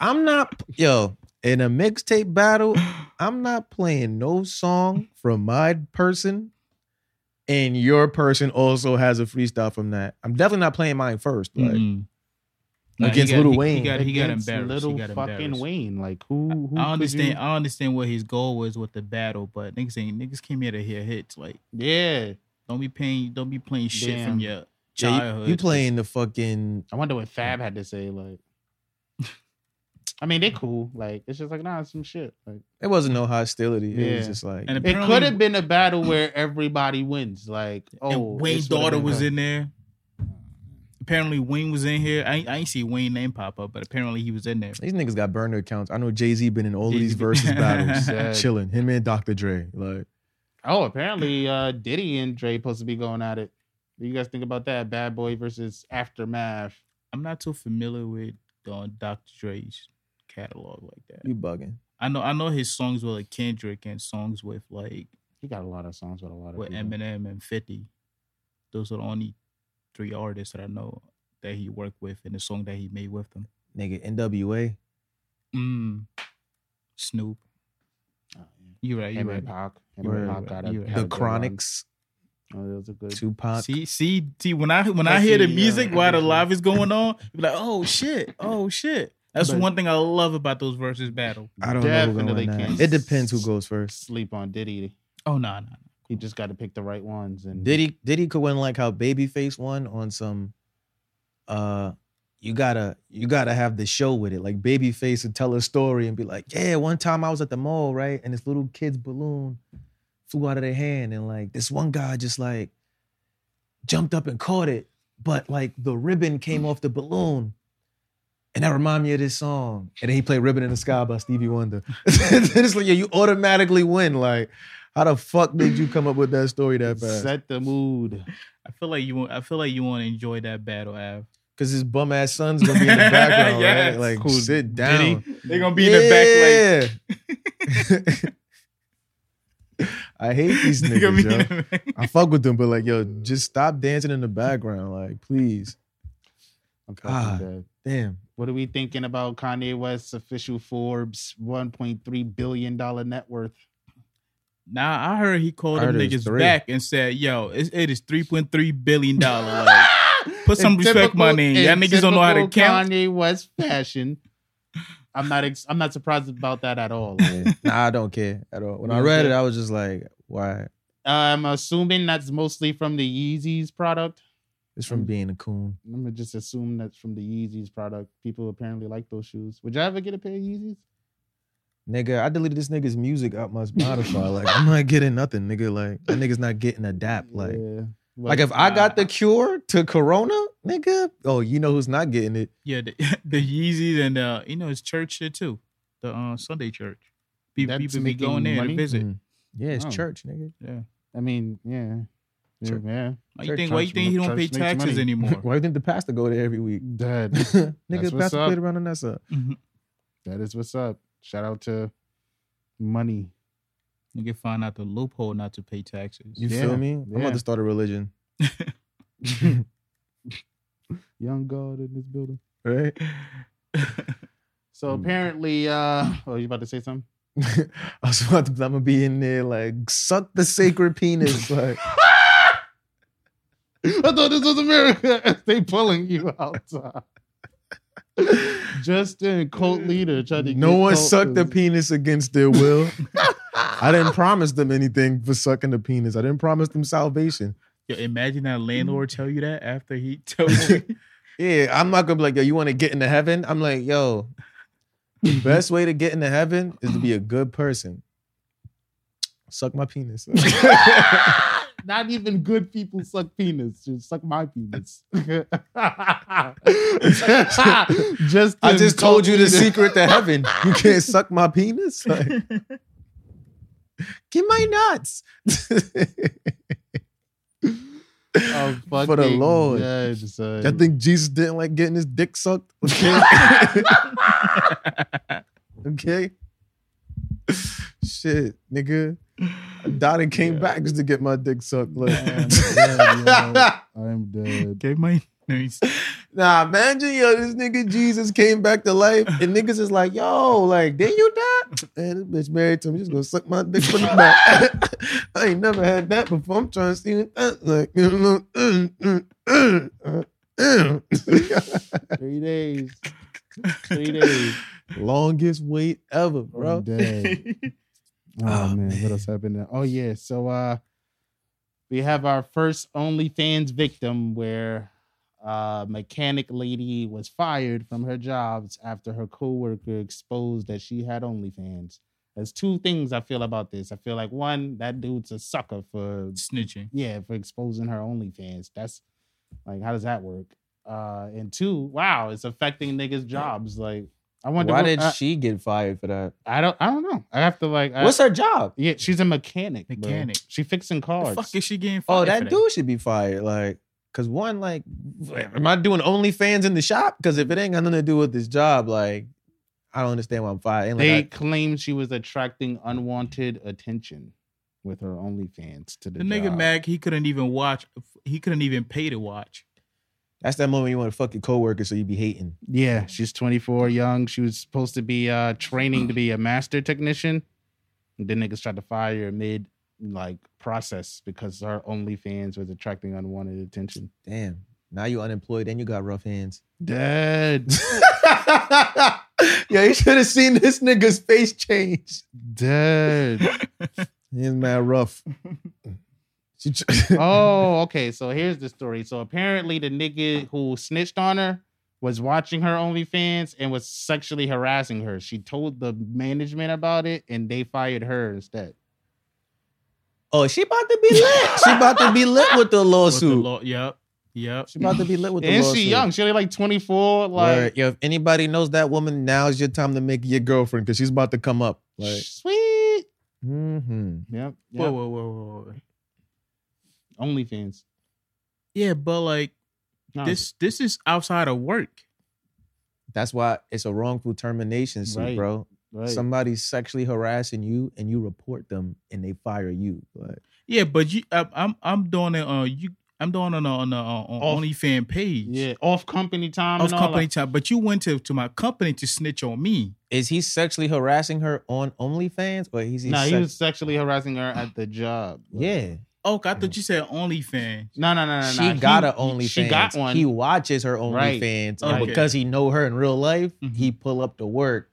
I'm not yo in a mixtape battle. I'm not playing no song from my person, and your person also has a freestyle from that. I'm definitely not playing mine first. Like
Mm-hmm.
Mm-mm. Mm. Nah, he
against
got-
Little
he- he
Wayne.
got- he got
against
embarrassed.
Little
He got
fucking
embarrassed.
Wayne. Like who? who could
I understand.
you-
I understand what his goal was with the battle, but niggas ain't niggas came here to hear hits. Like,
Yeah,
don't be paying. Don't be playing shit
Damn.
from your
Yeah, you-
childhood.
you playing the fucking
I wonder what Fab had to say. Like, I mean, they cool. Like it's just like nah, it's some shit. Like
It wasn't no hostility. It
Yeah.
was just like
And
it
Apparently-
could have been a battle where everybody wins. Like oh,
and Wayne's
this would've
daughter
been
was
her.
in there. Apparently, Wayne was in here. I ain't, I ain't see Wayne name pop up, but apparently he was in there.
these niggas got burner accounts. I know Jay Z been in all of
Jay-Z
these
been-
versus battles,
Sad.
chilling. Him and Dr. Dre, like
Oh, apparently uh Diddy and Dre supposed to be going at it. What you guys think about that? Bad Boy versus Aftermath.
I'm not too familiar with uh, Dr. Dre's catalog like that.
you bugging.
I know I know his songs with like Kendrick and songs with like
He got a lot of songs with a lot of
with
people.
Eminem and Fifty. Those are the only three artists that I know that he worked with and the song that he made with them.
Nigga, NWA.
Mm. Snoop,
Oh, yeah.
you right, you
Him
right.
and Pac. Him
You
and
right,
Pac got
you
a,
right.
had a
The
good
Chronics,
run. Oh, those are good.
Tupac.
See, see, see. When I when I
I
hear the
see, uh,
music
yeah.
while the live is going on, be like, oh shit, oh shit. That's
But-
one thing I love about those versus battle.
I don't know. Who
Definitely
going next.
can't-
It depends who goes first.
Sleep on Diddy.
Oh no, no, no.
You just got to pick the right ones. And
Diddy Diddy could win like how Babyface won on some uh you gotta you gotta have the show with it. Like Babyface would tell a story and be like, Yeah, one time I was at the mall, right? And this little kid's balloon flew out of their hand and like this one guy just like jumped up and caught it, but like the ribbon came off the balloon. And that remind me of this song. And then he played Ribbon in the Sky by Stevie Wonder. it's like, yeah, you automatically win. Like, how the fuck did you come up with that story that fast?
set the mood.
I feel like you. want- I feel like you want to enjoy that battle, Av.
Cause his bum ass son's gonna be in the background,
Yes.
right? Like,
Who,
sit down.
They're gonna
back. I hate these niggas, yo. I fuck with them, but like, yo, just stop dancing in the background, like, please.
I'm
God.
fucking dead.
Damn,
What are we thinking about Kanye West's official Forbes 1.3 billion dollar net worth?
Nah, I heard he called them
Artist
niggas
three.
back and said, "Yo, it's, it is three point three billion dollar. Like, put some respect my name. Y'all
in
niggas don't know how to
typical
count.
Kanye West fashion. I'm not. Ex- I'm not surprised about that at all. Like,
nah, I don't care at all. When I
You
read
don't
it, I was just like, why?
I'm assuming that's mostly from the Yeezys product.
It's
Mm.
from being a coon.
I'm gonna just assume that's from the Yeezys product. People apparently like those shoes. Would you ever get a pair of Yeezys?
Nigga, I deleted this nigga's music out my Spotify. like, I'm not getting nothing, nigga. Like, that nigga's not getting a dap. Like,
yeah.
like if I got the cure to corona, nigga, oh, you know who's not getting it?
Yeah, the, the Yeezys and uh, you know, it's church shit too. The uh, Sunday church. People,
That's
people be
making
going there
money?
to visit.
Mm. Yeah, it's
Oh.
church, nigga.
Yeah.
I mean, yeah, yeah,
Sure.
yeah.
Why
Church
you think? Why you
makes
think he
mo-
don't pay
church makes
taxes
money.
anymore?
Why do you think the pastor go there every week?
Dead.
nigga,
That's
the
what's
pastor
up.
played around on that side.
that is what's up. Shout out to money.
Nigga find out the loophole not to pay taxes.
You
Yeah,
feel me? I'm
yeah.
about to start a religion,
Young God in this building.
right?
So
Hmm.
apparently, uh, oh, you about to say something?
I was about to, I'm gonna be in there like suck the sacred penis, like
I thought this was America. they pulling you outside. Justin, cult leader, tried to
no
get
one
cult-
sucked the penis against their will. I didn't promise them anything for sucking the penis. I didn't promise them salvation.
Yo, imagine that landlord tell you that after he tells you.
Yeah, I'm not gonna be like, yo, you want to get into heaven? I'm like, yo, the best way to get into heaven is to be a good person. Suck my penis.
Not even good people suck penis. Just suck my penis. just
I
to
just told you the
coat me
secret to heaven. You can't suck my penis. Like, get my nuts.
Oh,
For the
fucking
Lord.
judge, son.
I think Jesus didn't like getting his dick sucked. Okay. okay. Shit, nigga. I died and came
Yeah.
back just to get my dick sucked.
Man,
Like.
yeah, yo, I'm dead.
Gave my nice.
Nah, imagine yo, this nigga Jesus came back to life, and niggas is like, yo, like, did you die? Man, this bitch married to me, just gonna suck my dick from the back. I ain't never had that before. I'm trying to see it. uh, Like, you know, mm, mm, mm, uh, mm.
Three days. Three days.
longest wait ever,
I'm
bro.
dead. Oh,
Oh,
man.
man.
what else happened? There? Oh yeah, so uh, we have our first OnlyFans victim where a mechanic lady was fired from her jobs after her coworker exposed that she had OnlyFans. There's two things I feel about this. I feel like one, that dude's a sucker for
Snitching.
yeah, for exposing her OnlyFans. That's like, how does that work? Uh, and two, wow, it's affecting niggas' jobs. Like, I wonder
Why
what-
did
I,
she get fired for that?
I don't, I don't know. I have to like, I,
What's her job?
yeah, she's a mechanic. bro.
Mechanic.
She fixing
The
cars.
fuck is she getting fired?
Oh,
for
that dude should be fired. Like, cause one, like, am I doing OnlyFans in the shop? Cause if it ain't got nothing to do with this job, like, I don't understand why I'm fired. Ain't like
they
I-
claim she was attracting unwanted attention with her OnlyFans to the,
The nigga
job.
Mac, he couldn't even watch. He couldn't even pay to watch.
that's that moment you want to fuck your coworker so you be hating.
Yeah, she's 24, young. She was supposed to be uh training to be a master technician. And then niggas tried to fire her mid like process because her OnlyFans was attracting unwanted attention.
Damn. Now you unemployed and you got rough hands.
Dead,
yo, you should have seen this nigga's face change.
dead.
He's mad rough. She tr-
oh, okay. So here's the story. So apparently the nigga who snitched on her was watching her OnlyFans and was sexually harassing her. She told the management about it and they fired her instead.
Oh, she about to be lit. she about to be lit with the
What the
lawsuit.
law? Yep. Yep.
she about to be lit with the
and
lawsuit.
she young. She only like 24. Like
Word. Yo, if anybody knows that woman, now's your time to make your girlfriend because she's about to come up. Like,
sweet.
hmm
Yep. yep.
Whoa, whoa, whoa, whoa, whoa.
OnlyFans.
Yeah, but like
No,
this, this is outside of work.
that's why it's a wrongful termination suit,
Right.
bro.
right.
Somebody's sexually harassing you, and you report them, and they fire you. Like,
Yeah, but you, I, I'm, I'm doing it. Uh, you, I'm doing it on on, uh, on
Off-
OnlyFans page.
yeah. Off company time.
Of
and all
company
that.
time, but you went to, to my company to snitch on me.
is he sexually harassing her on OnlyFans, or he's he
Nah, he
sex-
was sexually harassing her at the job.
yeah?
Oh, I
Mm.
thought you said OnlyFans.
No, no, no, no.
she
no.
got
He-
her OnlyFans.
She got one.
He watches her
Right. Mm-hmm.
OnlyFans, and
Okay.
because he know her in real life,
Mhm.
he pull up to work.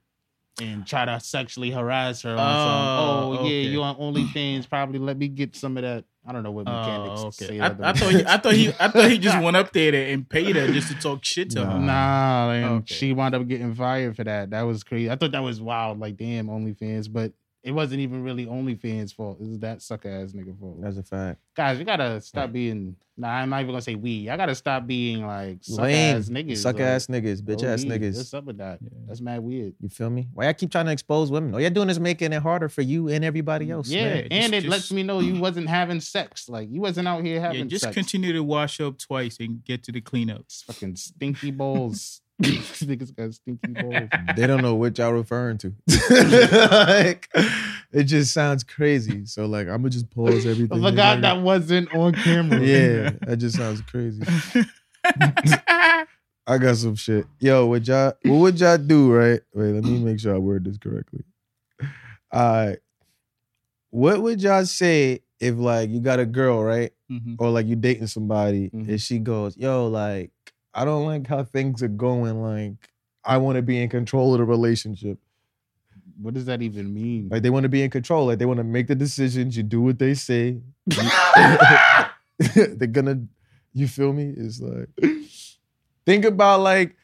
and try to sexually harass her.
Oh,
On some, oh
okay.
yeah, you on OnlyFans? Probably let me get some of that. I don't know what mechanics
Oh,
say.
okay. I,
that,
I
but-
thought he, I thought he, I thought he just went up there to- and paid her just to talk shit to her.
Nah, and
Okay.
she wound up getting fired for that. That was crazy. I thought that was wild. Like, damn, OnlyFans, but it wasn't even really OnlyFans' fault. It was that sucker ass nigga fault.
That's a fact.
Guys, you gotta stop being. Nah, I'm not even gonna say we. I gotta stop being like suck
Lame,
ass niggas.
suck
like,
ass niggas, bitch ass
OD.
niggas.
What's up with that?
Yeah.
That's mad weird.
You feel me? Why y'all keep trying to expose women? All y'all doing is making it harder for you and everybody else.
Mm, yeah,
man.
man.
and
Just-
it lets
just-
me know you wasn't having sex. Like you wasn't out here having
Yeah, just
sex.
continue to wash up twice and get to the cleanups.
fucking stinky balls. Niggas got stinky balls.
They don't know what y'all referring to.
like, it just sounds crazy. So like, I'm gonna just pause everything.
I forgot that wasn't on camera.
Yeah, that just sounds crazy. I got some shit. Yo, what y'all? What would y'all do? Right? Wait, let me make sure I word this correctly. All right. What would y'all say if like you got a girl, right,
Mhm.
or like you dating somebody,
Mhm.
and she goes, "Yo, like, I don't like how things are going. Like, I want to be in control of the relationship."
What does that even mean?
Like they want to be in control. Like they want to make the decisions. You do what they say. They're gonna. You feel me? It's like think about like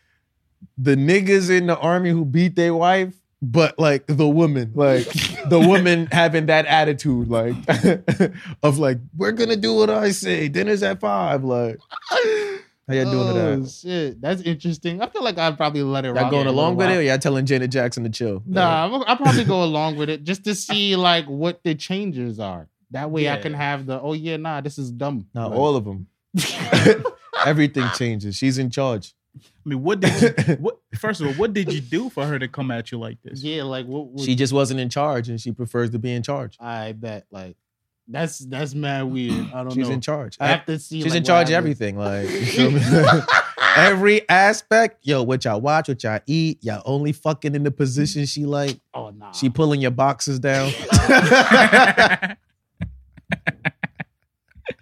the niggas in the army who beat their wife. but like the woman, like the woman having that attitude, like of like we're gonna do what I say. Dinner's at five, like
How y'all doing
oh,
to that?
shit. That's interesting. I feel like I'd probably let it
Y'all
rock
going
for a
along with it
while.
or y'all telling Janet Jackson to chill?
Nah, I'm- I'll probably go along with it just to see like what the changes are. That way I
Yeah.
can have the oh yeah nah this is dumb.
No,
Like,
all of them. Everything changes. She's in charge.
I mean, what did you, what? First of all, what did you do for her to come at you like this?
yeah like what would
She just wasn't in charge and she prefers to be in charge.
I bet like that's that's mad weird. I don't
She's
know.
in charge.
I have to see.
She's
like,
in
what
charge of
happens.
everything. Like you feel me? every aspect. Yo, what y'all watch, what y'all eat, y'all only fucking in the position she like.
Oh nah.
She pulling your boxes down.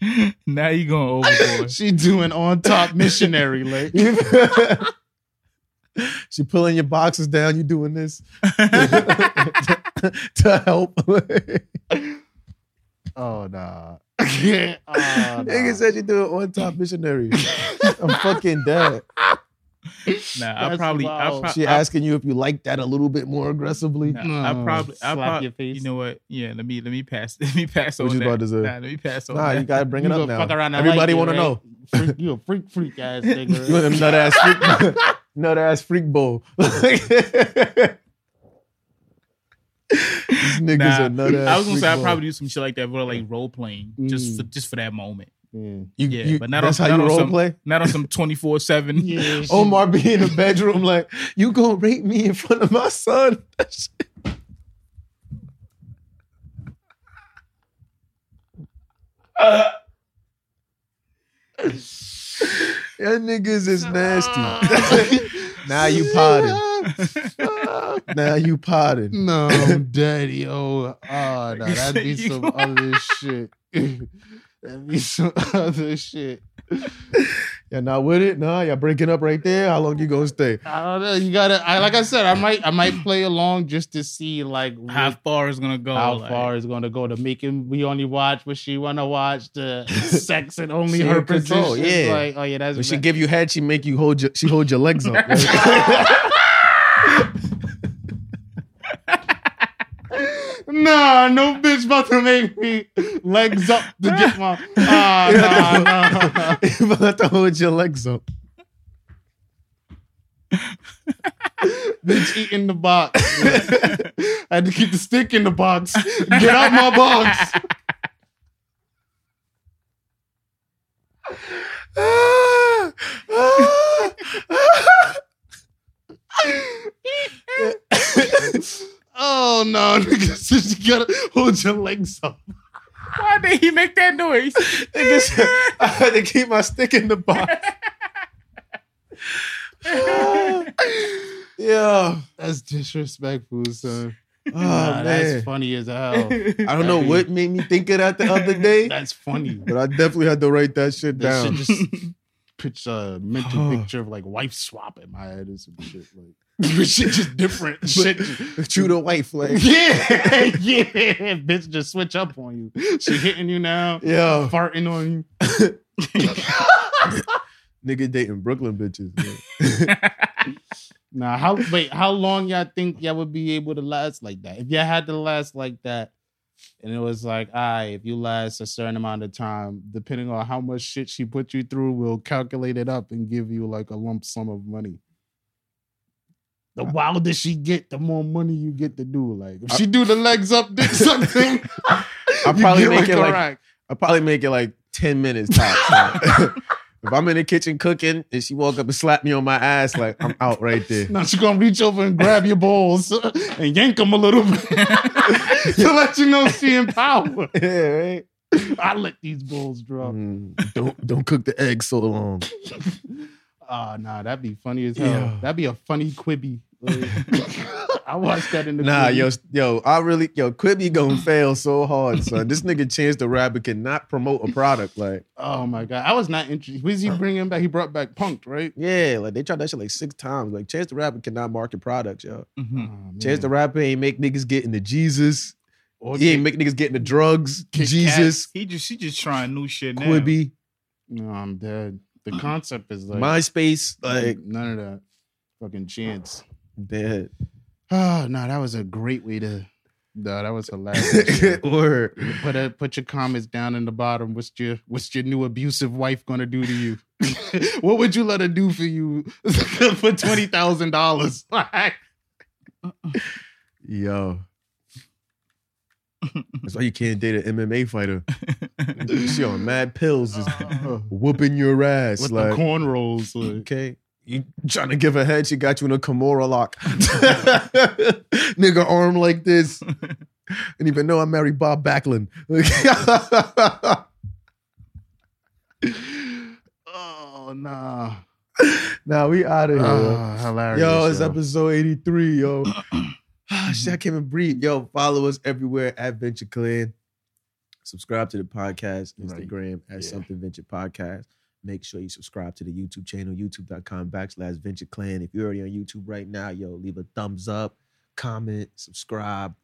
now you going overboard.
she doing on top missionary like
she pulling your boxes down. You doing this?
to help.
oh nah. oh, nah.
Nigga said you do it on top missionary. I'm fucking dead.
Nah, I
That's
probably, I,
wild.
prob-
She
I,
asking you if you like that a little bit more aggressively.
nah, I
No,
probably, I
Oh, slap
probably,
your face.
you know what? Yeah, let me, let me pass, let me pass
What
on
you
that.
about to say?
Nah, let me pass on
Nah,
that.
you gotta bring it
You
up
gonna
now.
fuck around and
Everybody
like
want to
it,
know.
right? Freak, you a freak freak ass nigga.
You want a nut ass freak, nut ass freak bowl. These niggas
Nah,
are nut ass.
I was gonna say I probably do some shit like that, but like role playing,
Mm.
just for, just for that moment.
Yeah.
You,
yeah,
you-
but not
that's
on-
how you
not on
role
some-
play.
Not on some twenty four seven.
Yeah, she-
Omar be in the bedroom like, you gonna rape me in front of my son? That shit- Y'all niggas is nasty.
Ah.
now you potted. Now you potted.
no, daddy. Oh, oh, no,
you
that'd
said
be
you
some
want-
other shit. that'd be some other shit.
Y'all not with it? Nah, y'all breaking up right there. How long you gonna stay?
I don't know. You gotta. I like I said. I might. I might play along just to see like
How
what-
far is gonna go?
Oh,
how
like-
far is going to go to making. We only watch what she want to watch. The sex and only
She
her
in control,
control.
yeah.
Like, oh yeah, that's
When she
bad.
give you head, she make you hold your she hold your legs up.
Nah, no bitch about to make me legs up to get my. Ah, nah, nah.
you about to hold your legs up.
Bitch eating the box. I had to keep the stick in the box. Get out my box. oh no, niggas, you gotta hold your legs up.
Why did he make that noise?
Nigga said, I had to keep my stick in the box. yeah.
That's disrespectful, son.
Oh
Nah,
man.
that's funny as hell.
I don't know
That'd be-
what made me think of that the other day,
That's funny.
but I definitely had to write that shit
That
down.
should just pitch a mental picture of like wife swap in my head or some shit. Like shit just different. shit.
True to wife, like
Yeah, yeah. Bitch just switch up on you. She hitting you now,
yeah,
farting on you.
nigga dating Brooklyn bitches. man.
Nah, how wait, how long y'all think y'all would be able to last like that? If y'all had to last like that, and it was like, all right, if you last a certain amount of time, depending on how much shit she put you through, we'll calculate it up and give you like a lump sum of money. The
Uh,
wilder she get, the more money you get to do. Like if she do the legs up, did something.
I'll probably make it like
correct.
I'll probably make it like 10 minutes tops. like, if I'm in the kitchen cooking and she walk up and slap me on my ass, like I'm out right there.
Now she's gonna reach over and grab your balls and yank them a little bit to let you know she in power.
yeah, right.
I let these bulls drop.
Mm, don't don't cook the egg so long.
Ah, nah, that'd be funny as hell.
Yeah.
That'd be a funny quibby. Like, I watched that in the
Nah,
Quibi.
yo, yo, I really yo, Quibby gonna fail so hard, son. This nigga Chance the Rapper cannot promote a product. Like,
Oh my god, I was not interested. Was he bringing back? He brought back Punked, right?
yeah, like they tried that shit like six times. Like Chance the Rapper cannot market products, yo.
Oh,
Mhm.
man.
Chance Mm. the Rapper ain't make niggas get into Jesus.
Or
He ain't make niggas get into drugs. Jesus,
He just, she just trying new shit now.
Quibby,
No, I'm dead. The concept is like
MySpace, like
none of that fucking chance.
dead.
Oh no, that was a great way to. No, that was hilarious. yo.
Word.
put a, put your comments down in the bottom. What's your What's your new abusive wife gonna do to you? what would you let her do for you for twenty thousand dollars?
Yo. That's why you can't date an MMA fighter. she on mad pills, just whooping your ass.
with the
like,
cornrows. Like.
okay, you trying to give her head? She got you in a Kimura lock. Nigga arm like this. And even know I married Bob Backlund.
Oh nah,
now nah, we out of here.
oh, hilarious.
Yo, it's
yo.
episode 83, yo. Ah, Shit, I can't even breathe. Yo, follow us everywhere at Venture Clan. Subscribe to the podcast,
Right.
Instagram at
Yeah.
Something Venture Podcast. Make sure you subscribe to the YouTube channel, youtube.com backslash Venture Clan. If you're already on YouTube right now, yo, leave a thumbs up, comment, subscribe,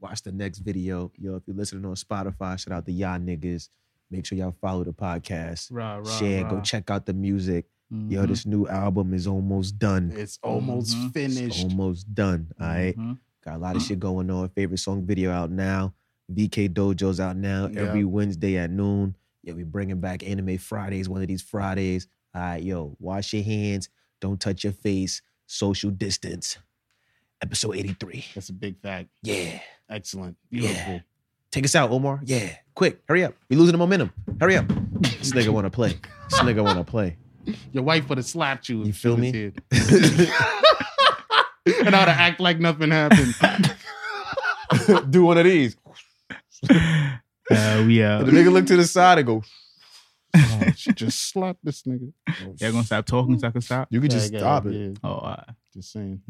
watch the next video. Yo, if you're listening on Spotify, shout out to y'all niggas. Make sure y'all follow the podcast.
Rah, rah,
Share,
rah.
go check out the music. Yo,
Mm-hmm.
Mhm.
this new album is almost done.
it's almost
Mhm.
Mm-hmm. It's
finished. Mm-hmm.
almost done. All right.
Mhm.
Got a lot of shit going on. Favorite song video out now. BK Dojo's out now
Yeah.
every Wednesday at noon. Yeah, we bringing back Anime Fridays, one of these Fridays. All right, yo, wash your hands. Don't touch your face. Social distance. Episode 83.
That's a big fact.
Yeah.
Excellent.
Yeah.
Beautiful.
Take us out, Omar. Yeah. Quick. Hurry up. We losing the momentum. Hurry up. This nigga wanna play. This nigga wanna play.
Your wife would have slapped you. if
You
she
feel
was
me?
here. and I'd have act like nothing happened.
Do one of these.
Uh, we out.
The nigga look to the side and go.
Oh, she just slapped this nigga.
Y'all gonna stop talking so I can stop?
You could just
Like, uh,
stop it.
yeah,
Oh, all right.
just saying.